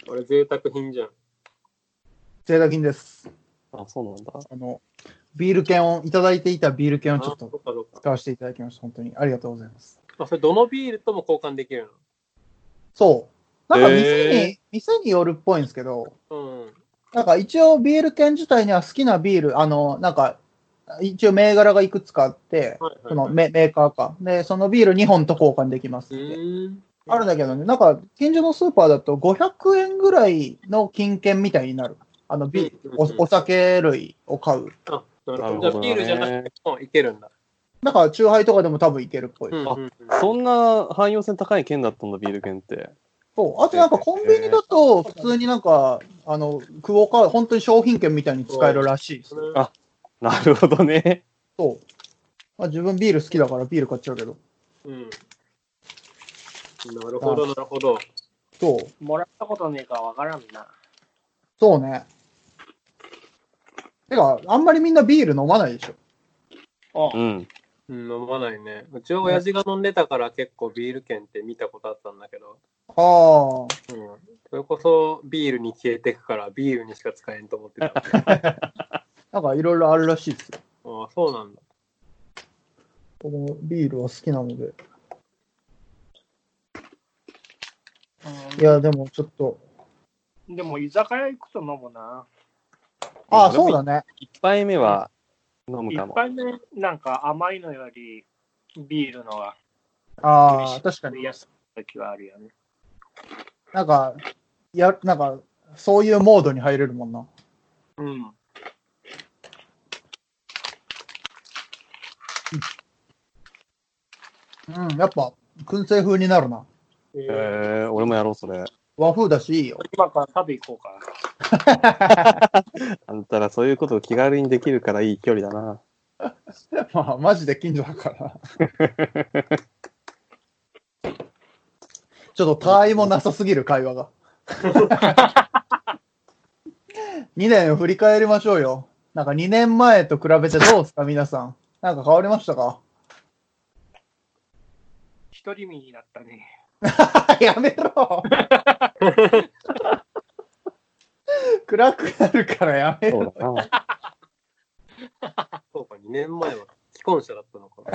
[SPEAKER 3] これ贅沢品じゃん。
[SPEAKER 2] 贅沢品です。
[SPEAKER 1] あ、そうなんだ。
[SPEAKER 2] あの、ビール券を、いただいていたビール券を
[SPEAKER 3] あ、
[SPEAKER 2] ちょ
[SPEAKER 3] そ
[SPEAKER 2] っ
[SPEAKER 3] っか
[SPEAKER 2] と
[SPEAKER 3] そっか。
[SPEAKER 2] 使わせていただきました。本当に。ありがとうございます。
[SPEAKER 3] あ、それどのビールとも交換できる
[SPEAKER 2] そう。なんか店に、
[SPEAKER 1] へ
[SPEAKER 2] 店によるっぽいんですけど、
[SPEAKER 3] のうん。
[SPEAKER 2] なんか一応ビール券自体には好きなビール、あの、なんか、一応銘柄がいくつかあって、
[SPEAKER 3] はいはい、はい。
[SPEAKER 2] そのメメーカーか。で、そのビール2本と交換できます
[SPEAKER 3] う
[SPEAKER 2] って。
[SPEAKER 3] ーん。
[SPEAKER 2] あるんだけどね、なんか、近所のスーパーだと500円ぐらいの金券みたいになる。あの、ビ
[SPEAKER 3] うんうんうん
[SPEAKER 2] おお酒類を買う。
[SPEAKER 3] あ、なる
[SPEAKER 1] なる
[SPEAKER 3] ほど。
[SPEAKER 1] ほど
[SPEAKER 3] じゃあビールじゃなく
[SPEAKER 1] ね。
[SPEAKER 3] てもいけるんだ。
[SPEAKER 2] だから、チューハイとかでも多分いけるっぽい。
[SPEAKER 3] うんうんうん、
[SPEAKER 1] そんな汎用性高い県だったんだ、ビール券って。
[SPEAKER 2] そう。あとなんかコンビニだと、普通になんか、あの、クオカード、本当に商品券みたいに使えるらしいです。
[SPEAKER 1] あなるほどね。
[SPEAKER 2] そう。まあ、自分ビール好きだからビール買っちゃうけど。
[SPEAKER 3] うん。なるほど、なるほど。
[SPEAKER 2] そう。
[SPEAKER 4] もらったことねえからわからんな。
[SPEAKER 2] そうね。てか、あんまりみんなビール飲まないでしょ。
[SPEAKER 4] あ
[SPEAKER 1] うん。
[SPEAKER 3] うん、飲まないね。うちは親父が飲んでたから結構ビール券って見たことあったんだけど、
[SPEAKER 2] ああ。
[SPEAKER 3] うん、それこそビールに消えてくからビールにしか使えんと思っ てた。あ
[SPEAKER 2] なんかいろいろあるらしいですよ。
[SPEAKER 3] あ、そうなんだ。
[SPEAKER 2] 僕もビールは好きなので。いや、でもちょっと。
[SPEAKER 4] でも居酒屋行くと飲むな。
[SPEAKER 2] ああ、そうだね。
[SPEAKER 1] 一杯目は飲む
[SPEAKER 4] 一
[SPEAKER 1] かも。
[SPEAKER 4] 杯目なんか甘いのよりビールのが
[SPEAKER 2] ああ、確かに。
[SPEAKER 4] 安い時はあるよね。
[SPEAKER 2] なんか、や、なんか、そういうモードに入れるもんな。
[SPEAKER 4] うん。
[SPEAKER 2] うん、やっぱ、燻製風になるな。
[SPEAKER 4] え
[SPEAKER 1] へ
[SPEAKER 4] ー
[SPEAKER 1] え、俺もやろう、それ。
[SPEAKER 2] 和風だし、いいよ。
[SPEAKER 4] 今から食べ行こうか。
[SPEAKER 1] あんたらそういうことを気軽にできるからいい距離だな。
[SPEAKER 2] まあ、マジで近所だから。ちょっと、他愛もなさすぎる会話が。2年を振り返りましょうよ。なんか2年前と比べてどうですか、皆さん。なんか変わりましたか
[SPEAKER 4] 一人身になったね。
[SPEAKER 2] やめろ暗くなるからやめろ
[SPEAKER 1] そうだな。
[SPEAKER 3] そうか、2年前は既婚者だった のかな。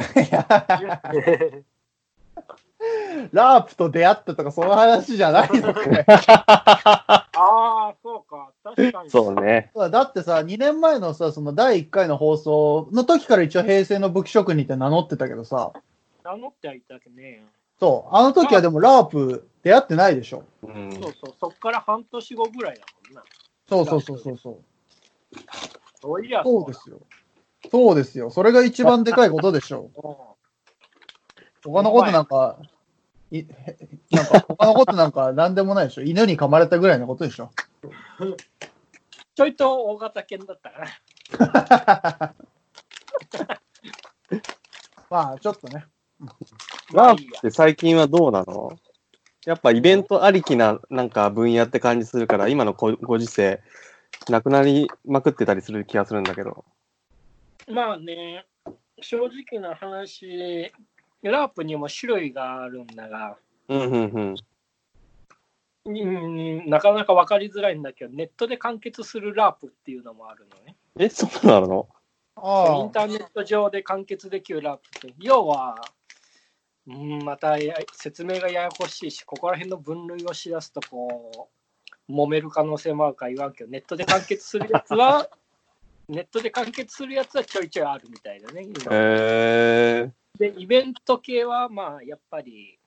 [SPEAKER 2] ラープと出会ったとか、その話じゃないのかよ
[SPEAKER 4] ああ、そうか。確かに。
[SPEAKER 1] そうね。
[SPEAKER 2] そうだってさ、2年前のさ、その第1回の放送の時から一応平成の武器職人って名乗ってたけどさ、
[SPEAKER 4] 名乗ってはいたけどね。
[SPEAKER 2] そう、あの時はでもラープ出会ってないでしょ。
[SPEAKER 1] うん。
[SPEAKER 4] そうそう、そっから半年後ぐらいだもんな。
[SPEAKER 2] そうそうそうそうそう。
[SPEAKER 4] そういや、
[SPEAKER 2] そうですよ。そうですよ。それが一番でかいことでしょ。
[SPEAKER 4] うん
[SPEAKER 2] 他のことなんか、い へなんか他のことなんか何でもないでしょ。犬に噛まれたぐらいのことでしょ。
[SPEAKER 4] ちょいと大型犬だったかな。
[SPEAKER 2] まあ、ちょっとね。
[SPEAKER 1] ラープって最近はどうなのやっぱイベントありきななんか分野って感じするから、今のごご時世、なくなりまくってたりする気がするんだけど。
[SPEAKER 4] まあね、正直な話、ラープにも種類があるんだが、
[SPEAKER 1] うんうんうん。
[SPEAKER 4] うん、なかなか分かりづらいんだけど、ネットで完結するラープっていうのもあるのね。
[SPEAKER 1] え、そんなのあるの
[SPEAKER 4] イ
[SPEAKER 2] あ
[SPEAKER 4] ンターネット上で完結できるラープって、要は、うん、またや説明がややこしいし、ここら辺の分類をしだすと、こう、揉める可能性もあるから言わんけど、ネットで完結するや つは、ネットで完結するやつはちょいちょいあるみたいだね、今。
[SPEAKER 1] へえー。
[SPEAKER 4] で、イベント系は、まあ、やっぱり、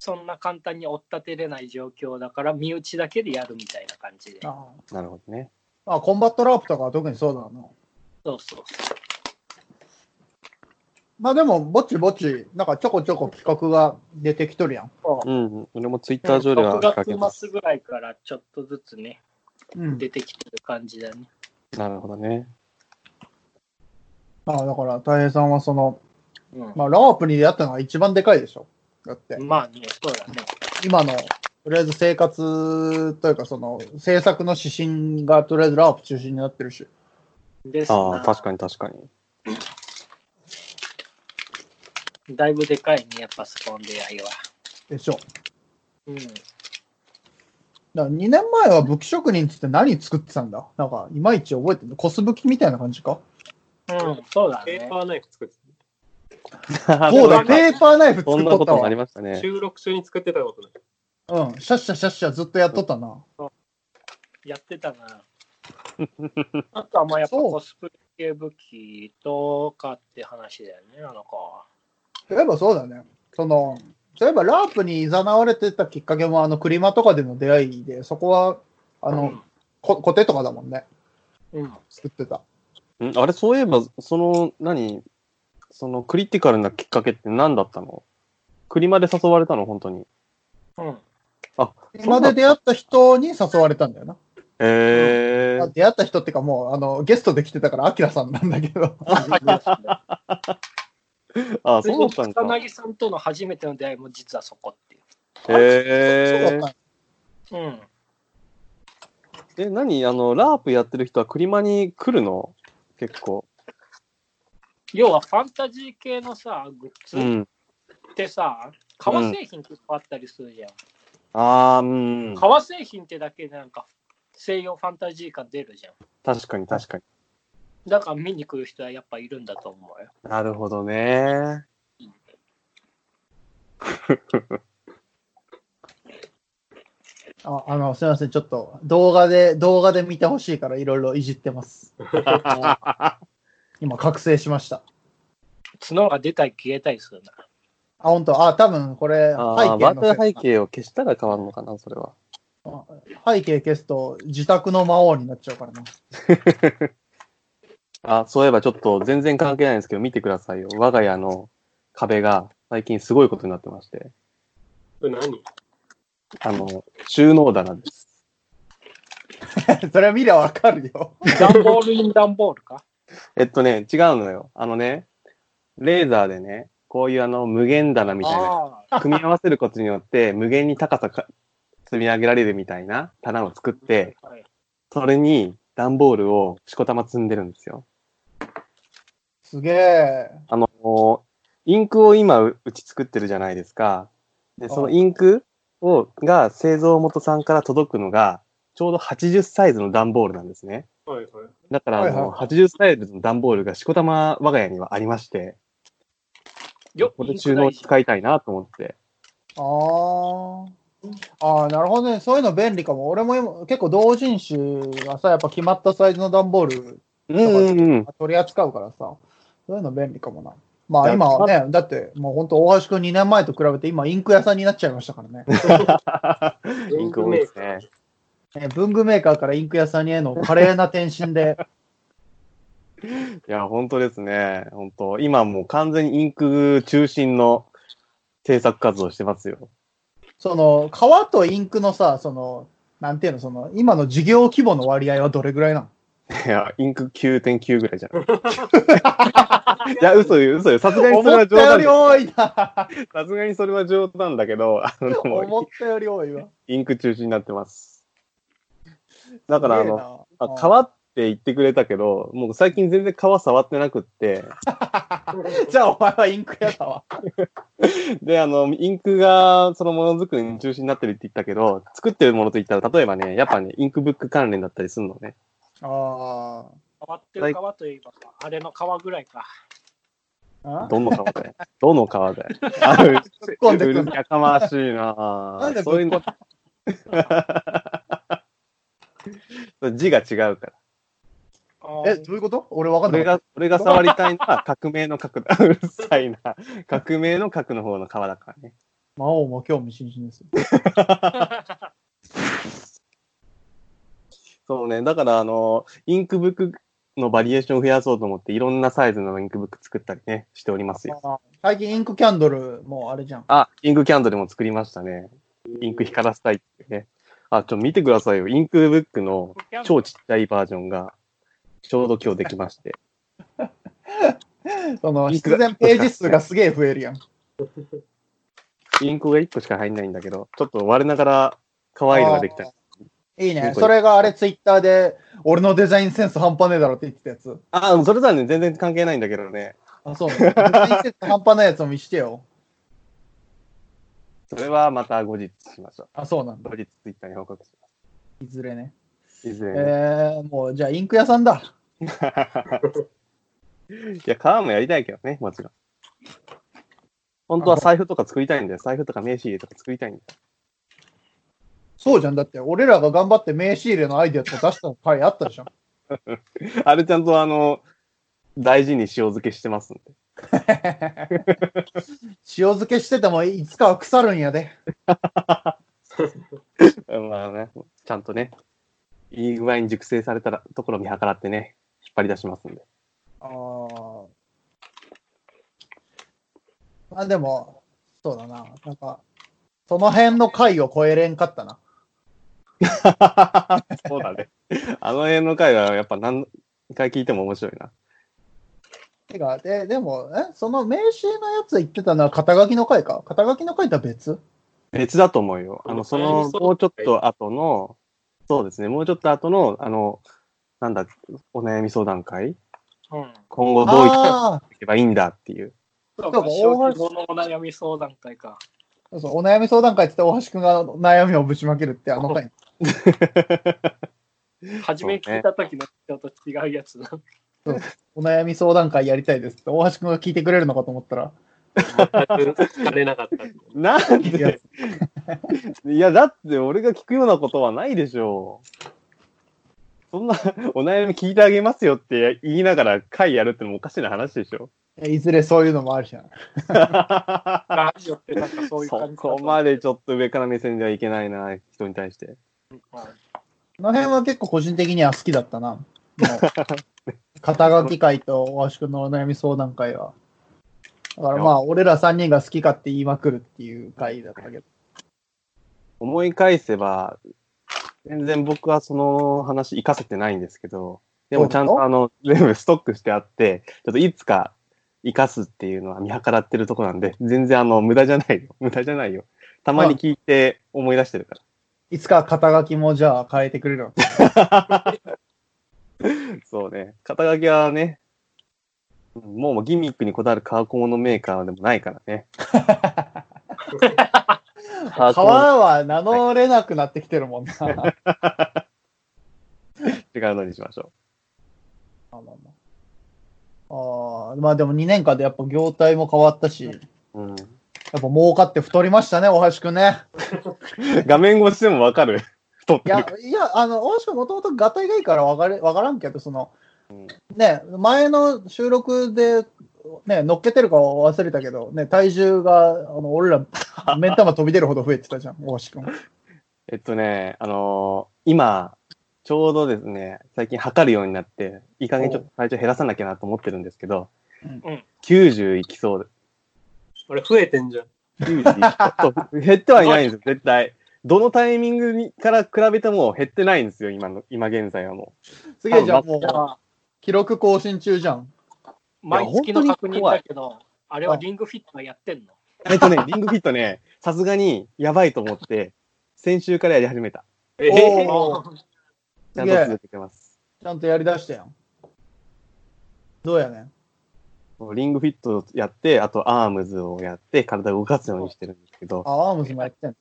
[SPEAKER 4] そんな簡単に追っ立てれない状況だから、身内だけでやるみたいな感じで。
[SPEAKER 2] あ
[SPEAKER 1] なるほどね。
[SPEAKER 2] ああ、コンバットラープとかは特にそうだな。
[SPEAKER 4] そうそうそう。
[SPEAKER 2] まあでも、ぼちぼち、なんかちょこちょこ企画が出てきとるやん。
[SPEAKER 1] うん、俺もツイッター上では
[SPEAKER 4] 6
[SPEAKER 1] かけま
[SPEAKER 4] 月
[SPEAKER 1] す。
[SPEAKER 4] 末ぐらいからちょっとずつね、
[SPEAKER 2] うん。
[SPEAKER 4] 出てきてる感じだね。
[SPEAKER 1] なるほどね。
[SPEAKER 2] まあだから、たい平さんはその、
[SPEAKER 4] うん、
[SPEAKER 2] まあラープに出会ったのが一番でかいでしょ。だって、
[SPEAKER 4] まあね、そうだね。
[SPEAKER 2] 今の、とりあえず生活というか、その、制作の指針がとりあえずラープ中心になってるし。
[SPEAKER 4] です
[SPEAKER 1] ああ、
[SPEAKER 4] な
[SPEAKER 1] 確かに 確かに。
[SPEAKER 4] だいぶでかいね、やっぱスコーン出会いは。
[SPEAKER 2] でしょ。
[SPEAKER 4] うん。
[SPEAKER 2] だから2年前は武器職人っつって何作ってたんだなんか、いまいち覚えてるコス武器みたいな感じか
[SPEAKER 4] うん、そうだ
[SPEAKER 3] ペー
[SPEAKER 4] ね。
[SPEAKER 3] パーナイフ作って
[SPEAKER 2] そうだ、
[SPEAKER 1] ね。
[SPEAKER 2] ペーパーナイフ
[SPEAKER 1] そ
[SPEAKER 2] 作
[SPEAKER 1] ん
[SPEAKER 2] っ
[SPEAKER 1] な
[SPEAKER 2] と
[SPEAKER 1] こ
[SPEAKER 2] った
[SPEAKER 1] ともあ
[SPEAKER 2] わ。
[SPEAKER 1] り
[SPEAKER 2] うん、
[SPEAKER 1] ましたね。
[SPEAKER 3] 収録中に作ってたことない。
[SPEAKER 2] シャッシャシャッシャずっとやっとったな。
[SPEAKER 4] やってたな。 あとはまあやっぱ
[SPEAKER 2] そう
[SPEAKER 4] コスプレ系武器とかって話だよね、あの子は。
[SPEAKER 2] そういえばそうだね。その、そういえばラープに誘われてたきっかけも、あの、クリマとかでの出会いで、そこは、あの、こコテとかだもんね。
[SPEAKER 4] うん、うん。
[SPEAKER 2] 作ってた。
[SPEAKER 1] うんあれ、そういえば、その、何そのクリティカルなきっかけって何だったのクリマで誘われたの本当に。
[SPEAKER 4] うん、
[SPEAKER 2] クリマで出会った人に誘われたんだよな。
[SPEAKER 1] え
[SPEAKER 2] まあ出会った人っていうかもう、あの、ゲストで来てたから、アキラさんなんだ けど。
[SPEAKER 1] ー、あ、そうだったんだ。
[SPEAKER 4] 草薙さんとの初めての出会いも実はそこってい
[SPEAKER 2] そうだった
[SPEAKER 1] え
[SPEAKER 2] んや
[SPEAKER 4] う。うん。
[SPEAKER 1] ー、え、何あの、ラープやってる人はクリマに来るの結構。
[SPEAKER 4] 要はファンタジー系のさ、グッ
[SPEAKER 1] う
[SPEAKER 4] ズ
[SPEAKER 1] ん。
[SPEAKER 4] ってさ、革製品っていっぱいあったりするじゃん。
[SPEAKER 1] ああ、うん。
[SPEAKER 4] 革製品ってだけでなんか西洋ファンタジー感出るじゃん。
[SPEAKER 1] 確かに確かに。
[SPEAKER 4] だから見に来る人はやっぱいるんだと思うよ。
[SPEAKER 1] なるほどね。
[SPEAKER 2] ああの、すみません。ちょっと、動画で、動画で見てほしいから、いろいろいじって ます。今、覚醒しました。
[SPEAKER 4] 角が出たり消えたりするな。
[SPEAKER 2] あ、本当あ、多分これ、背
[SPEAKER 1] ああ、
[SPEAKER 2] 景
[SPEAKER 1] バ
[SPEAKER 2] の
[SPEAKER 1] トル
[SPEAKER 2] せ
[SPEAKER 1] 背
[SPEAKER 2] い
[SPEAKER 1] 景を消したら変わるのかな、それは。
[SPEAKER 2] 背景消すと、自宅の魔王になっちゃうからな。
[SPEAKER 1] あ、そういえばちょっと全然関係ないんですけど、見てくださいよ。我が家の壁が最近すごいことになってまして。
[SPEAKER 3] これ何
[SPEAKER 1] あの、収納棚です。
[SPEAKER 2] それは見りゃわかるよ。
[SPEAKER 4] 段ボールイン段ボールか。
[SPEAKER 1] えっとね、違うのよ。あのね、レーザーでね、こういうあの無限棚みたいな、
[SPEAKER 4] ああ、
[SPEAKER 1] 組み合わせることによって無限に高さか積み上げられるみたいな棚を作って、
[SPEAKER 4] はい
[SPEAKER 1] それに段ボールをしこたま積んでるんですよ。
[SPEAKER 2] すげえ。
[SPEAKER 1] あの、インクを今ううち作ってるじゃないですか。で、そのインクを、が製造元さんから届くのが、ちょうど80サイズの段ボールなんですね。
[SPEAKER 3] はいはい。
[SPEAKER 1] だから、あの、
[SPEAKER 2] は
[SPEAKER 1] 80サイズの段ボールがしこたま我が家にはありまして、
[SPEAKER 4] よ
[SPEAKER 1] こ
[SPEAKER 4] っ、
[SPEAKER 1] れ
[SPEAKER 4] イン
[SPEAKER 1] 収
[SPEAKER 4] ク
[SPEAKER 1] 納
[SPEAKER 4] 大事
[SPEAKER 1] 使いたいなと思って。
[SPEAKER 2] あーあー、なるほどね。そういうの便利かも。俺も今結構同人誌がさ、やっぱ決まったサイズの段ボール
[SPEAKER 1] うんうんうん。
[SPEAKER 2] 取り扱うからさ、そういうの便利かもな。まあ
[SPEAKER 1] だ
[SPEAKER 2] 今はね、だってもう本当大橋くん2年前と比べて今インク屋さんになっちゃいましたからね。
[SPEAKER 1] インク多いですね。
[SPEAKER 2] えー文具メーカーからインク屋さんへの華麗な転身で、
[SPEAKER 1] いや、本当ですね。本当。今もう完全にインク中心の制作活動してますよ。
[SPEAKER 2] その、革とインクのさ、その、なんていうの、その、今の事業規模の割合はどれぐらいなの
[SPEAKER 1] いや、インク9.9ぐらいじ ゃん。いや、嘘よ、嘘よ。さすがにそれ
[SPEAKER 2] 思
[SPEAKER 1] は
[SPEAKER 2] った
[SPEAKER 1] 冗
[SPEAKER 2] よ
[SPEAKER 1] 談
[SPEAKER 2] り
[SPEAKER 1] だ。
[SPEAKER 2] 多いな。
[SPEAKER 1] さすがにそれは冗談だけど、あの、で
[SPEAKER 2] 思
[SPEAKER 1] も
[SPEAKER 2] ったより多いわ。
[SPEAKER 1] インク中心になってます。だから、あの、
[SPEAKER 2] すげ
[SPEAKER 1] あ
[SPEAKER 2] えな、
[SPEAKER 1] 皮って言ってくれたけど、もう最近全然皮触ってなくって、
[SPEAKER 2] じゃあお前はインク屋だわ。
[SPEAKER 1] で、あの、インクがそのものづくりに中心になってるって言ったけど、作ってるものといったら、例えばね、やっぱね、インクブック関連だったりするのね。
[SPEAKER 2] あ
[SPEAKER 4] 変わってる川といえば、あれの川ぐらいか。
[SPEAKER 2] あ。
[SPEAKER 1] どの皮だよ。どの皮だよ。ある
[SPEAKER 2] 突っ込んで
[SPEAKER 1] う
[SPEAKER 2] く
[SPEAKER 1] る
[SPEAKER 2] る。
[SPEAKER 1] やかましいな
[SPEAKER 2] なんで
[SPEAKER 1] ぁ。そ
[SPEAKER 2] ぶっ
[SPEAKER 1] う
[SPEAKER 2] こ
[SPEAKER 1] い
[SPEAKER 2] ん
[SPEAKER 1] う
[SPEAKER 2] で
[SPEAKER 1] の。 字が違うから。
[SPEAKER 4] ああ
[SPEAKER 2] え、どういうこと俺わかんな
[SPEAKER 1] 俺
[SPEAKER 2] い。
[SPEAKER 1] が、俺が触りたいのは 革命の核だ。うるさいな。革命の核の方の皮だからね。
[SPEAKER 2] 魔王も興味津々です。
[SPEAKER 1] そうね。だから、あの、インクブックのバリエーションを増やそうと思って、いろんなサイズのインクブック作ったりね、しておりますよ。
[SPEAKER 2] あー最近インクキャンドルもあれじゃん。
[SPEAKER 1] あ、インクキャンドルも作りましたね。インク光らせたいっていうね。あ、ちょ、見てくださいよ。インクブックの超ちっちゃいバージョンが、ちょうど今日できまして。
[SPEAKER 2] その、
[SPEAKER 1] インク
[SPEAKER 2] 必
[SPEAKER 1] が
[SPEAKER 2] 然ページ数がすげえ増えるやん。
[SPEAKER 1] インクが1個しか入んないんだけど、ちょっと我ながら可愛いのができた
[SPEAKER 2] あ。ーいい
[SPEAKER 1] 結。
[SPEAKER 2] ね
[SPEAKER 1] 構いい
[SPEAKER 2] それがあれツイッターで、俺のデザインセンス半端ねえだろって言ってたやつ。
[SPEAKER 1] あ、それとはね、全然関係ないんだけどね。
[SPEAKER 2] あ、そうね。デザインセンス半端ないやつを見してよ。
[SPEAKER 1] それはまた後日しましょ
[SPEAKER 2] あ、そうなん
[SPEAKER 1] う。
[SPEAKER 2] だ。
[SPEAKER 1] 後日ツイッターに報告しま
[SPEAKER 2] いずれね。
[SPEAKER 1] す。いずれね、
[SPEAKER 2] えー、もう、じゃあインク屋さんだ。
[SPEAKER 1] いや、革もやりたいけどね、もちろん。本当は財布とか作りたいんだよ。財布とか名刺入れとか作りたいんだよ。
[SPEAKER 2] そうじゃん。だって、俺らが頑張って名刺入れのアイディアとか出した回あったじゃん。
[SPEAKER 1] あれちゃんとあの、大事に塩漬けしてますんで。
[SPEAKER 2] 塩漬けしててもいつかは腐るんやで。
[SPEAKER 1] まあね、ちゃんとね、いい具合に熟成されたらところ見計らってね、引っ張り出しますん で。
[SPEAKER 2] あーまあでも、そうだな。なんか、その辺の回を超えれんかったな。
[SPEAKER 1] そうだね。あの辺の回はやっぱ何回聞いても面白いな。
[SPEAKER 2] てか、で、でも、え、その名刺のやつ言ってたのは肩書きの回か肩書きの回とは別
[SPEAKER 1] 別だと思うよ。あの、その、もうちょっと後の、そうですね、もうちょっと後の、あの、なんだ、お悩み相談会
[SPEAKER 4] うん
[SPEAKER 1] 今後どういった
[SPEAKER 2] あ
[SPEAKER 1] いけばいいんだっていう。
[SPEAKER 4] そう
[SPEAKER 2] そうか
[SPEAKER 4] か、小規模のお悩み相談会か。
[SPEAKER 2] あ、そう、お悩み相談会って言って大橋くんが悩みをぶちまけるってあの回。
[SPEAKER 4] 初め聞いた時の人と違うやつな。
[SPEAKER 2] お悩み相談会やりたいですって大橋くんが聞いてくれるのかと思ったら、
[SPEAKER 3] 全く聞かれなかった。
[SPEAKER 1] なん
[SPEAKER 2] いや
[SPEAKER 1] でいや、だって俺が聞くようなことはないでしょう。そんな、 お悩み聞いてあげますよって言いながら会やるってのもおかしな話でしょ。
[SPEAKER 2] いずれそういうのもあるじゃん。
[SPEAKER 4] ラジオってなんか そういう
[SPEAKER 1] そ
[SPEAKER 4] 感じだと
[SPEAKER 1] こまでちょっと上から目線ではいけないな、人に対して。
[SPEAKER 4] はい
[SPEAKER 2] この辺は結構個人的には好きだったな。もう肩書き会と大橋くんのお悩み相談会は。だからまあ、俺ら3人が好きかって言いまくるっていう回だったけど。
[SPEAKER 1] 思い返せば、全然僕はその話活かせてないんですけど、でもちゃん
[SPEAKER 2] そう
[SPEAKER 1] と
[SPEAKER 2] な
[SPEAKER 1] あの、全部ストックしてあって、ちょっといつか活かすっていうのは見計らってるとこなんで、全然あの、無駄じゃないよ。無駄じゃないよ。たまに聞いて思い出してるから。
[SPEAKER 2] いつか肩書きもじゃあ変えてくれるわけ。
[SPEAKER 1] そうね。肩書きはね、うんもうもうギミックにこだわる革小物メーカーでもないから ね。革
[SPEAKER 2] 皮
[SPEAKER 1] 小物
[SPEAKER 2] は名乗れなくなってきてるもんな。
[SPEAKER 1] 違うのにしましょ
[SPEAKER 2] まあまあまああーまあでも2年間でやっぱ業態も変わったし、やっ
[SPEAKER 1] う。うん、
[SPEAKER 2] ぱ儲かって太りましたね、大橋くんね。
[SPEAKER 1] 画面越しでもわかる太っ
[SPEAKER 2] い
[SPEAKER 1] てる
[SPEAKER 2] や。、いや、あの、大橋くんもともとガタイがいいからわかれわからんけど、その、
[SPEAKER 1] うん
[SPEAKER 2] ね、前の収録で、ね、乗っけてるか忘れたけど、ね、体重が、あの、俺ら、目ん玉飛び出るほど増えてたじゃん、大橋くん。
[SPEAKER 1] えっとね、あのー今、ちょうどですね、最近測るようになって、いい加減ちょっと体重減らさなきゃなと思ってるんですけど、
[SPEAKER 4] うんうん
[SPEAKER 1] 90いきそうです。
[SPEAKER 3] あれ、増えてんじゃん。
[SPEAKER 1] 90いきそう減ってはいないんですよ、絶対。どのタイミングにから比べても減ってないんですよ、今の、今現在はも
[SPEAKER 2] すげえじゃん、もう
[SPEAKER 4] じゃ、あ、
[SPEAKER 2] 記録更新中じゃん。
[SPEAKER 4] 毎月の確認だけど、あれはリングフィットがやってんの
[SPEAKER 1] う。えっとね、リングフィットね、さすがにやばいと思って、先週からやり始めた。
[SPEAKER 3] えー
[SPEAKER 2] おー
[SPEAKER 1] ちゃ
[SPEAKER 2] す
[SPEAKER 1] ん
[SPEAKER 2] げ
[SPEAKER 1] と
[SPEAKER 2] え
[SPEAKER 1] 続、けてます。
[SPEAKER 2] ちゃんとやりだしたやん。どうやねん。
[SPEAKER 1] リングフィットやって、あとアームズをやって、体を動かすようにしてるんですけど、
[SPEAKER 2] あ、アームズもやってんの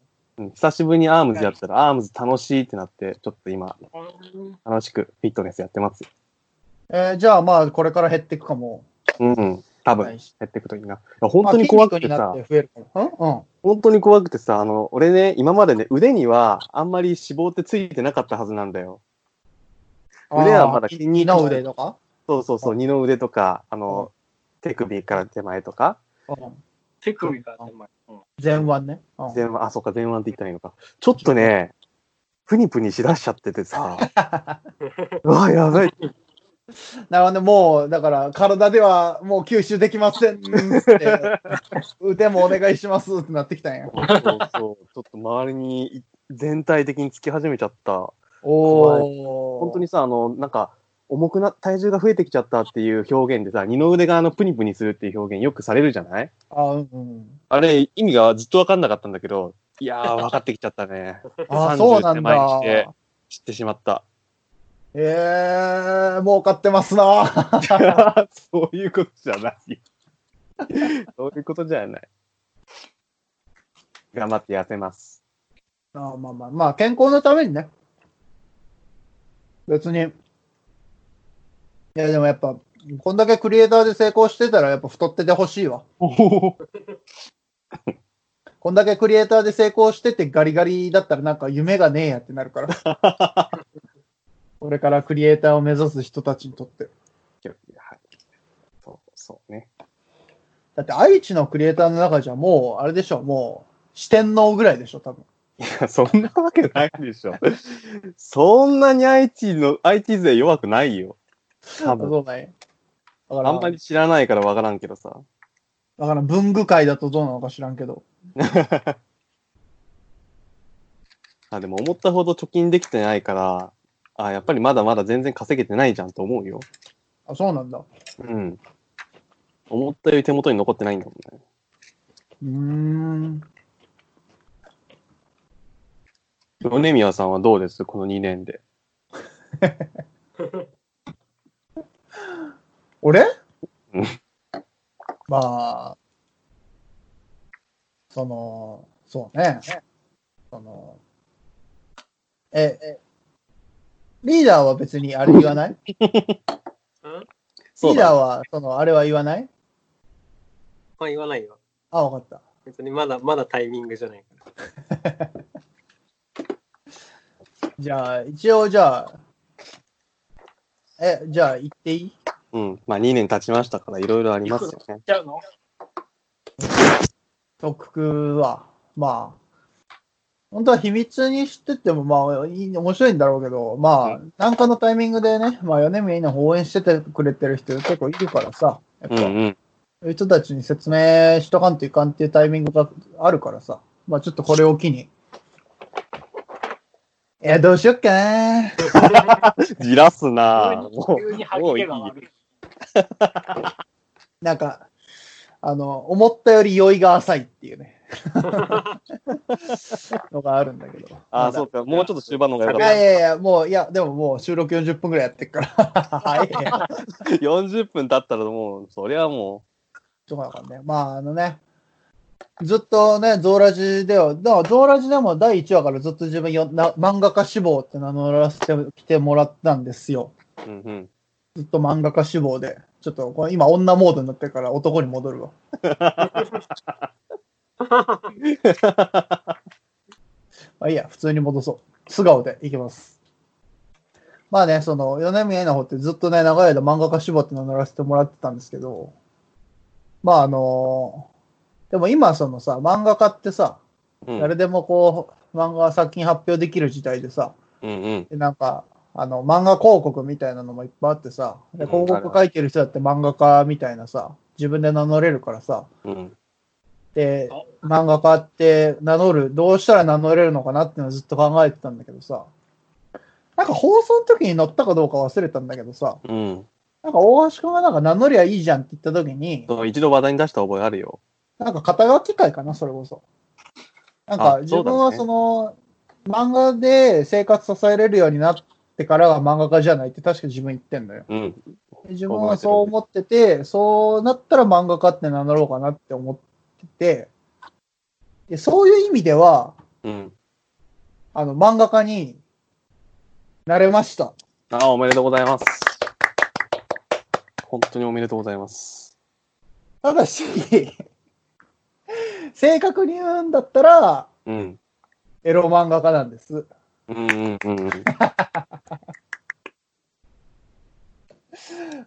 [SPEAKER 1] うん久しぶりにアームズやったら、アームズ楽しいってなって、ちょっと今、
[SPEAKER 4] うん
[SPEAKER 1] 楽しくフィットネスやってます。
[SPEAKER 2] えーじゃあまあ、これから減っていくかも。
[SPEAKER 1] うん、多分、
[SPEAKER 2] は
[SPEAKER 1] 減
[SPEAKER 2] い
[SPEAKER 1] っていくといいな。いや本当に怖くて
[SPEAKER 2] まあ
[SPEAKER 1] さ
[SPEAKER 2] 筋肉にな、って増えるかも。
[SPEAKER 1] 本当に怖くてさ、あの、俺ね、今までね、腕にはあんまり脂肪ってついてなかったはずなんだよ。
[SPEAKER 2] うん、うん。
[SPEAKER 1] 腕はまだ
[SPEAKER 2] あー二の腕とか
[SPEAKER 1] そうそうそう、二の腕とか、あの、手首から手前とか、
[SPEAKER 2] うん
[SPEAKER 4] 手首が手前。うん
[SPEAKER 2] 前腕ね。うん
[SPEAKER 1] 前腕、あ、そうか、前腕って言ったらいいのか。ちょっとね、プニプニしだしちゃってて さ、うわ、やばい。
[SPEAKER 2] なるほどね、もう、だから、体ではもう吸収できませんっつって、腕もお願いしますってなってきたんや。
[SPEAKER 1] そうそう、ちょっと周りに全体的につき始めちゃった。
[SPEAKER 2] おお。
[SPEAKER 1] 本当にさ、あの、なんか、重くな、体重が増えてきちゃったっていう表現でさ、二の腕があの、プニプニするっていう表現よくされるじゃない
[SPEAKER 2] あ、うんうん。
[SPEAKER 1] あれ、意味がずっとわかんなかったんだけど、いやー、分かってきちゃったね。
[SPEAKER 2] あ、
[SPEAKER 1] 30
[SPEAKER 2] そうなん
[SPEAKER 1] 手前に
[SPEAKER 2] だ
[SPEAKER 1] し。て知ってしまった。
[SPEAKER 2] えー、儲かってますな。
[SPEAKER 1] そういうことじゃない。そういうことじゃない。頑張って痩せます。
[SPEAKER 2] あまあまあ、まあ、健康のためにね。別に。いや、でもやっぱ、こんだけクリエイターで成功してたら、やっぱ太っててほしいわ。こんだけクリエイターで成功しててガリガリだったらなんか夢がねえやってなるから。 これからクリエイターを目指す人たちにとって。
[SPEAKER 1] はいそうそうね。
[SPEAKER 2] だって愛知のクリエイターの中じゃもう、あれでしょ、もう、四天王ぐらいでしょ、多分。
[SPEAKER 1] そんなわけないでしょ。そんなに愛知の、愛知勢弱くないよ。多分
[SPEAKER 2] そうね。だから、
[SPEAKER 1] あんまり知らないからわからんけどさ。
[SPEAKER 2] だから文具界だとどうなのか知らんけど。
[SPEAKER 1] あでも思ったほど貯金できてないから、あやっぱりまだまだ全然稼げてないじゃんと思うよ。
[SPEAKER 2] あ、そうなんだ。
[SPEAKER 1] うん。思ったより手元に残ってないんだもんね。
[SPEAKER 2] うーん。
[SPEAKER 1] 米宮さんはどうですこの2年で。
[SPEAKER 2] 俺
[SPEAKER 1] うん
[SPEAKER 2] まあ、その、そうね。その、え、え、リーダーは別にあれ言わないリ
[SPEAKER 1] そう
[SPEAKER 2] ーダー
[SPEAKER 1] だ。
[SPEAKER 2] は、その、あれは言わない
[SPEAKER 3] まあ言わないよ。
[SPEAKER 2] あ、わかった。
[SPEAKER 3] 別にまだまだタイミングじゃないから。
[SPEAKER 2] じゃあ、一応じゃあ、え、じゃあ言っていい
[SPEAKER 1] うん。まあ2年経ちましたから、いろいろありますよ ね。
[SPEAKER 4] ちゃうの
[SPEAKER 2] 特区は、まあ、本当は秘密にしてっても、まあ、いい面白いんだろうけど、まあ、なんかのタイミングでね、まあ、米宮稲穂応援しててくれてる人結構いるからさ、や
[SPEAKER 1] う
[SPEAKER 2] っぱ、
[SPEAKER 1] ん
[SPEAKER 2] そう
[SPEAKER 1] うん。
[SPEAKER 2] いう人たちに説明しとかんといかんっていうタイミングがあるからさ、まあ、ちょっとこれを機に。いや、どうしよっかな。
[SPEAKER 1] じらすなぁ。も
[SPEAKER 4] 急に
[SPEAKER 1] う、も
[SPEAKER 4] 吐
[SPEAKER 1] うい
[SPEAKER 4] き気
[SPEAKER 1] い
[SPEAKER 4] が。悪い。
[SPEAKER 2] なんか、あの、思ったより酔いが浅いっ ていうね。のがあるんだけど。
[SPEAKER 1] あ
[SPEAKER 2] ま
[SPEAKER 1] あ、
[SPEAKER 2] だ
[SPEAKER 1] そうか。もうちょっと終盤の方がよ
[SPEAKER 2] い
[SPEAKER 1] か
[SPEAKER 2] や
[SPEAKER 1] っ
[SPEAKER 2] いやいや、もう、いや、でももう収録40分ぐらいやってっから。はい。
[SPEAKER 1] た。40分経ったらもう、そりゃも
[SPEAKER 2] とかだからね。まあ、あのね、ずっとね、ゾーラジでは、だからゾーラジでも第1話からずっと自分よな、漫画家志望って名乗らせてきてもらったんですよ。
[SPEAKER 1] う、うん うん。
[SPEAKER 2] ずっと漫画家志望で。ちょっと、これ今女モードになってるから男に戻るわ。まあいいや、普通に戻そう。素顔でいきます。まあね、その、米宮稲穂ってずっとね、長い間漫画家志望って名乗らせてもらってたんですけど、まああのでも今そのさ、漫画家ってさ、
[SPEAKER 1] うん
[SPEAKER 2] 誰でもこう、漫画作品発表できる時代でさ、
[SPEAKER 1] うんうん。
[SPEAKER 2] でなんか、あの、漫画広告みたいなのもいっぱいあってさ、で
[SPEAKER 1] うん
[SPEAKER 2] 広告書いてる人だって漫画家みたいなさ、自分で名乗れるからさ、
[SPEAKER 1] うん
[SPEAKER 2] で、漫画家って名乗る、どうしたら名乗れるのかなっていうのをずっと考えてたんだけどさ、なんか放送の時に乗ったかどうか忘れたんだけどさ、
[SPEAKER 1] うん。
[SPEAKER 2] なんか大橋くんがなんか名乗りゃいいじゃんって言った時に、
[SPEAKER 1] そう一度話題に出した覚えあるよ。
[SPEAKER 2] なんか肩書き会かな、それこそ。なんか
[SPEAKER 1] あ
[SPEAKER 2] 自
[SPEAKER 1] そうだね
[SPEAKER 2] 分はその、漫画で生活支えれるようになってからは漫画家じゃないって確か自分言ってんだよ。
[SPEAKER 1] うん。
[SPEAKER 2] 自分はそう思ってて、そうなったら漫画家って名乗ろうかなって思ってて、でそういう意味では、
[SPEAKER 1] うん。
[SPEAKER 2] あの、漫画家になれました。
[SPEAKER 1] ああ、おめでとうございます。本当におめでとうございます。
[SPEAKER 2] ただし、正確に言うんだったら、
[SPEAKER 1] うん。
[SPEAKER 2] エロ漫画家なんです。
[SPEAKER 1] うんうんうんうん。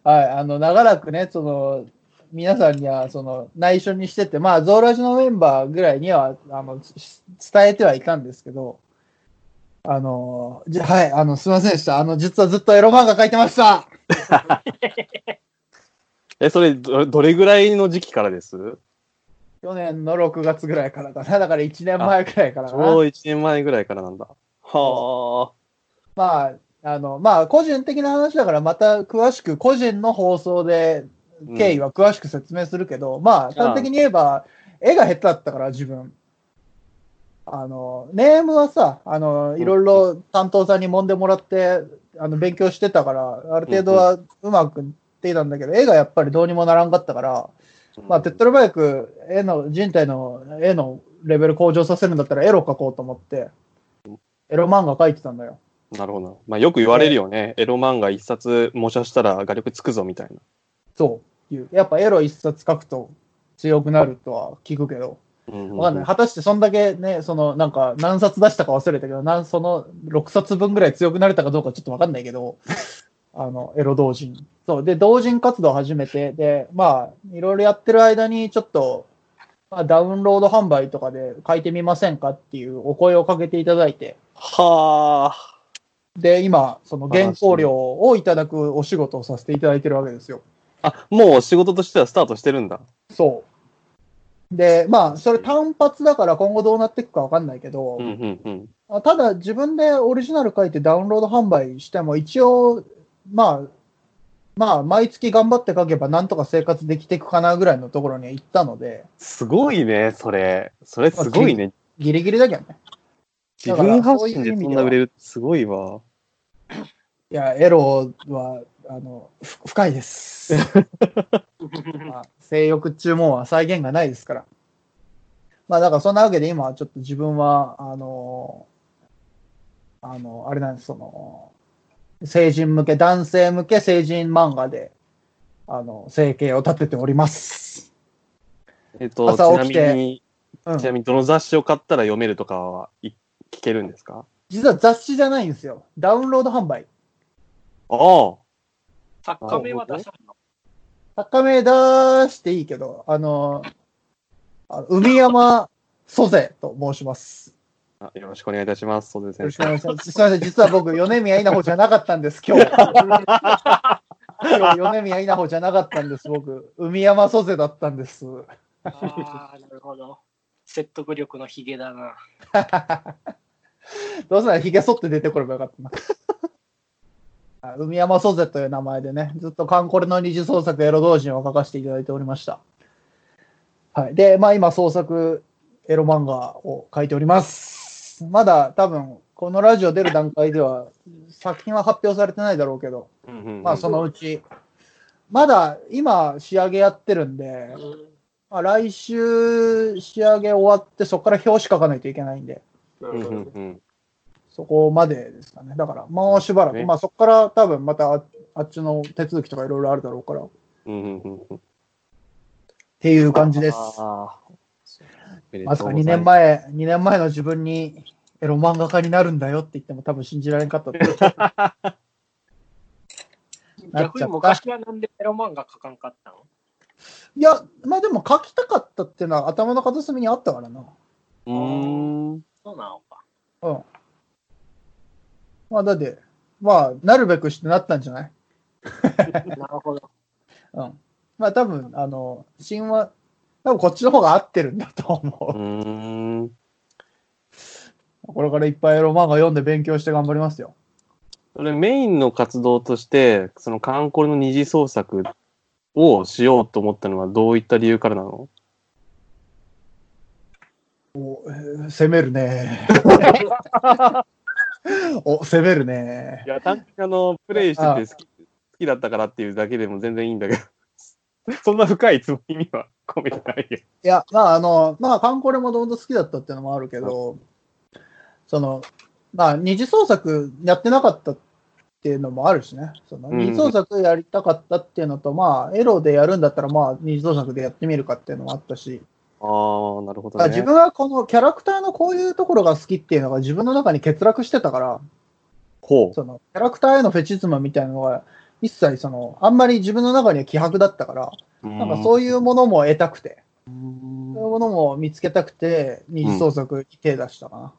[SPEAKER 2] はあの、長らくね、その、皆さんには、その、内緒にしてて、まあ、ゾーラジのメンバーぐらいには、あの、し伝えてはいたんですけど、あの、じゃ、はい、あの、すいませんでした。あの、実はずっとエロ漫画描いてました
[SPEAKER 1] え、それど、どれぐらいの時期からです
[SPEAKER 2] 去年の6月ぐらいからかな。だから1年前ぐらいから
[SPEAKER 1] ち
[SPEAKER 2] か
[SPEAKER 1] ょうど
[SPEAKER 2] な。
[SPEAKER 1] 1年前ぐらいからなんだ。は
[SPEAKER 2] まあ、あの、まあ、個人的な話だから、また詳しく、個人の放送で、
[SPEAKER 1] あ。
[SPEAKER 2] 経緯
[SPEAKER 1] は。
[SPEAKER 2] は詳しく説明するけど、まあ、端的に言えば、絵が下手だったから、自分。あの、ネームはさ、あの、いろいろ担当さんに揉んでもらって、あの、勉強してたから、ある程度はうまくっていたんだけど、絵がやっぱりどうにもならんかったから、まあ、手っ取り早く、絵の、人体の絵のレベル向上させるんだったら、エロ描こうと思って、エロ漫画描いてたんだよ。
[SPEAKER 1] なるほど。まあ、よく言われるよね。エロ漫画一冊模写したら画力つくぞみたいな。
[SPEAKER 2] そういう。やっぱエロ一冊書くと強くなるとは聞くけど、
[SPEAKER 1] うん
[SPEAKER 2] わかんない。果たしてそんだけね、そのなんか何冊出したか忘れたけど、なんその6冊分ぐらい強くなれたかどうかちょっとわかんない けど、あの、エロ同人。そう。で、同人活動を始めて、で、まあ、いろいろやってる間にちょっと、まあ、ダウンロード販売とかで書いてみませんかっていうお声をかけていただいて、
[SPEAKER 1] はあ。
[SPEAKER 2] で、今、その原稿料をいただくお仕事をさせていただいてるわけですよ。
[SPEAKER 1] あ、もう仕事としてはスタートしてるんだ。
[SPEAKER 2] そう。で、まあ、それ単発だから今後どうなっていくかわかんないけど、
[SPEAKER 1] うんうんうん。
[SPEAKER 2] あただ自分でオリジナル書いてダウンロード販売しても一応、まあ、まあ、毎月頑張って書けばなんとか生活できていくかなぐらいのところには行ったので、
[SPEAKER 1] すごいね、それ。それすごいね。
[SPEAKER 2] ギリギリだけどね。
[SPEAKER 1] 自分発信で
[SPEAKER 2] だからそういう意味では
[SPEAKER 1] そんな売れるってすごいわ。
[SPEAKER 2] いや、エロは、あの、ふ深いです、まあ性欲注文は再現がないですから。まあ、だからそんなわけで今はちょっと自分は、あの、あの、あれなんです、その、成人向け、男性向け成人漫画で、あの、生計を立てております。
[SPEAKER 1] えっと、ち
[SPEAKER 2] 朝
[SPEAKER 1] な
[SPEAKER 2] 起
[SPEAKER 1] み
[SPEAKER 2] きて
[SPEAKER 1] に、
[SPEAKER 2] うん
[SPEAKER 1] ち。なみにどの雑誌を買ったら読めるとかはい聞けるんですか
[SPEAKER 2] 実は雑誌じゃないんですよ。ダウンロード販売。
[SPEAKER 1] ああ。
[SPEAKER 4] 作家名は出さんの。
[SPEAKER 2] 高め出していいけど、あの、あの海山蘇生と申します。
[SPEAKER 1] あよろしくお願いいたします。そうですね
[SPEAKER 2] よろし。くお願いします。すみません、実は僕、米宮稲穂じゃなかったんです、今日。今日、米宮稲穂じゃなかったんです、僕。海山蘇生だったんです。
[SPEAKER 4] ああ、なるほど。説得力のヒゲだな。
[SPEAKER 2] どうせならひげ剃って出てこればよかったな。 あ海山蘇生という名前でね、ずっとカンコレの二次創作エロ同人を書かせていただいておりました。はい。で、まあ今、創作エロ漫画を書いております。まだ多分、このラジオ出る段階では、作品は発表されてないだろうけど、
[SPEAKER 1] うんうんうん
[SPEAKER 2] まあそのうち、まだ今仕上げやってるんで、まあ、来週仕上げ終わって、そこから表紙書かないといけないんで、
[SPEAKER 3] な
[SPEAKER 1] うん
[SPEAKER 3] るほ
[SPEAKER 1] う
[SPEAKER 3] ど
[SPEAKER 1] ん
[SPEAKER 3] ね。
[SPEAKER 1] うん
[SPEAKER 2] そこまでですかね。だからもうしばらく、
[SPEAKER 1] ね
[SPEAKER 2] まあそこから多分またああっちの手続きとかいろいろあるだろうから、っ
[SPEAKER 1] うんうんうんうん。
[SPEAKER 2] ていう感じです。
[SPEAKER 1] あー
[SPEAKER 2] まさか2年。前、2年前の自分にエロ漫画家になるんだよって言っても多分信じられんか ったと思うなっ
[SPEAKER 4] 逆
[SPEAKER 2] ちゃった
[SPEAKER 4] に昔はなんでエロ漫画書かんかったの
[SPEAKER 2] いや、まあでも書きたかったっていうのは頭の片隅にあったからな。
[SPEAKER 1] うーん。
[SPEAKER 4] そうなのか。
[SPEAKER 2] うん。まあ、だって、まあ、なるべくしてなったんじゃない
[SPEAKER 4] なるほど。
[SPEAKER 2] うん。まあ、多分、あの、神話、多分こっちの方が合ってるんだと
[SPEAKER 1] う
[SPEAKER 2] 思
[SPEAKER 1] ーん。
[SPEAKER 2] う。これからいっぱいエロ漫画読んで勉強して頑張りますよ。
[SPEAKER 1] それメインの活動として、そのカンコレの二次創作をしようと思ったのはどういった理由からなの
[SPEAKER 2] お、えー攻めるね。お、攻めるね
[SPEAKER 1] い。や、単純にあの、プレイしてて好き好きだったからっていうだけでも全然いいんだけど、そんな深いつもりには込めてないよ。
[SPEAKER 2] いや、まあ、あの、まあ、観光でもともと好きだったっていうのもあるけど、その、まあ、二次創作やってなかったっていうのもあるしね。その
[SPEAKER 1] うん
[SPEAKER 2] 二次創作やりたかったっていうのと、まあ、エロでやるんだったら、まあ、二次創作でやってみるかっていうのもあったし、
[SPEAKER 1] ああ、なるほど
[SPEAKER 2] ま
[SPEAKER 1] ね。
[SPEAKER 2] あ自分はこのキャラクターのこういうところが好きっていうのが自分の中に欠落してたから、
[SPEAKER 1] ほう。
[SPEAKER 2] そのキャラクターへのフェチズムみたいなのが一切その、あんまり自分の中には希薄だったから、なんかそういうものも得たくて、そういうものも見つけたくて、二次創作に手出したかな。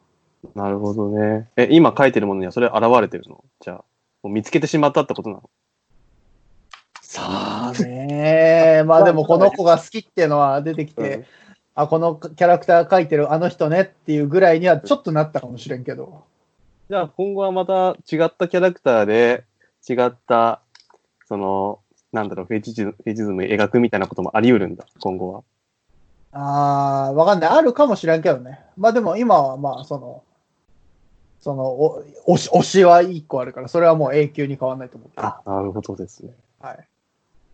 [SPEAKER 1] なるほどね。え、今書いてるものにはそれ現れてるのじゃあ、もう見つけてしまったってことなの
[SPEAKER 2] さあねえ、まあでもこの子が好きっていうのは出てきて、あ、このキャラクター描いてるあの人ねっていうぐらいにはちょっとなったかもしれんけど。
[SPEAKER 1] じゃあ今後はまた違ったキャラクターで違った、その、なんだろう、フェチズムフェチズム描くみたいなこともあり得るんだ、今後は。
[SPEAKER 2] ああ、わかんない。あるかもしれんけどね。まあでも今はまあその、そのお推し、推しは一個あるから、それはもう永久に変わんないと思うけど。
[SPEAKER 1] あ、なるほどですね。
[SPEAKER 2] はい。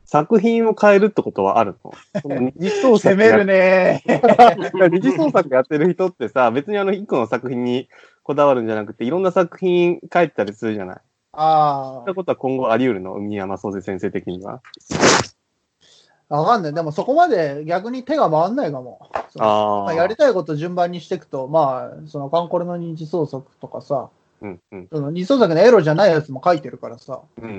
[SPEAKER 1] 作品を変えるってことはあるのその二次創
[SPEAKER 2] 攻
[SPEAKER 1] 作
[SPEAKER 2] め
[SPEAKER 1] や
[SPEAKER 2] るねー。
[SPEAKER 1] い や二次創作やってる人ってさ、別にあの一個の作品にこだわるんじゃなくて、いろんな作品書いてたりするじゃない。そういっ
[SPEAKER 2] ああ
[SPEAKER 1] た、ことは今後あり得るの海山総勢先生的には。
[SPEAKER 2] わかんない。でもそこまで逆に手が回んないかも。その
[SPEAKER 1] あー
[SPEAKER 2] まやりたいこと順番にしていくと、まあ、そのカンコレの二次創作とかさ、
[SPEAKER 1] うんうん。
[SPEAKER 2] その二次創作のエロじゃないやつも書いてるからさ、
[SPEAKER 1] うんう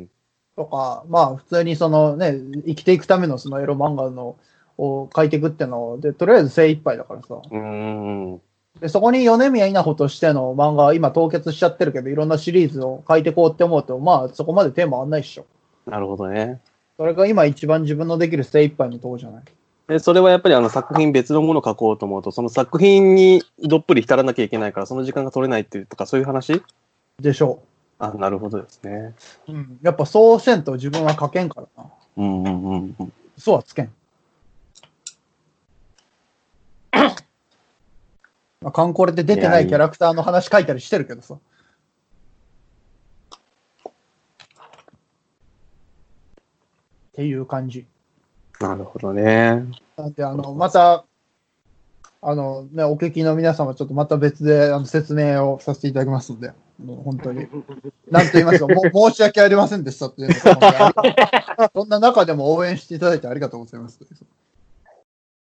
[SPEAKER 1] ん
[SPEAKER 2] とか、まあ普通にそのね、生きていくためのそのエロ漫画のを書いていくってので、とりあえず精一杯だからさ。
[SPEAKER 1] うん。うんうん。
[SPEAKER 2] で、そこに米宮稲穂としての漫画は今凍結しちゃってるけど、いろんなシリーズを書いてこうって思うと、まあそこまで手回んないっしょ。
[SPEAKER 1] なるほどね。
[SPEAKER 2] それが今一番自分のできる精一杯のとこじゃない。
[SPEAKER 1] でそれはやっぱりあの作品別のものを書こうと思うと、その作品にどっぷり浸らなきゃいけないから、その時間が取れないっていうとか、そういう話
[SPEAKER 2] でしょう。
[SPEAKER 1] あ、なるほどですね。
[SPEAKER 2] うん、やっぱそうせんと自分は書けんからな。
[SPEAKER 1] うんうんうんうん。
[SPEAKER 2] 嘘は つけん。まあ、カンコレで出てないキャラクターの話書いたりしてるけどさ。っていう感じ。
[SPEAKER 1] なるほどね。
[SPEAKER 2] なんで、あの、また、あの、ね、お聞きの皆様、ちょっとまた別であの説明をさせていただきますので、もう本当に、なんと言いますか、も申し訳ありませんでしたっていうのが本当にありがとうそんな中でも応援していただいてありがとうございます。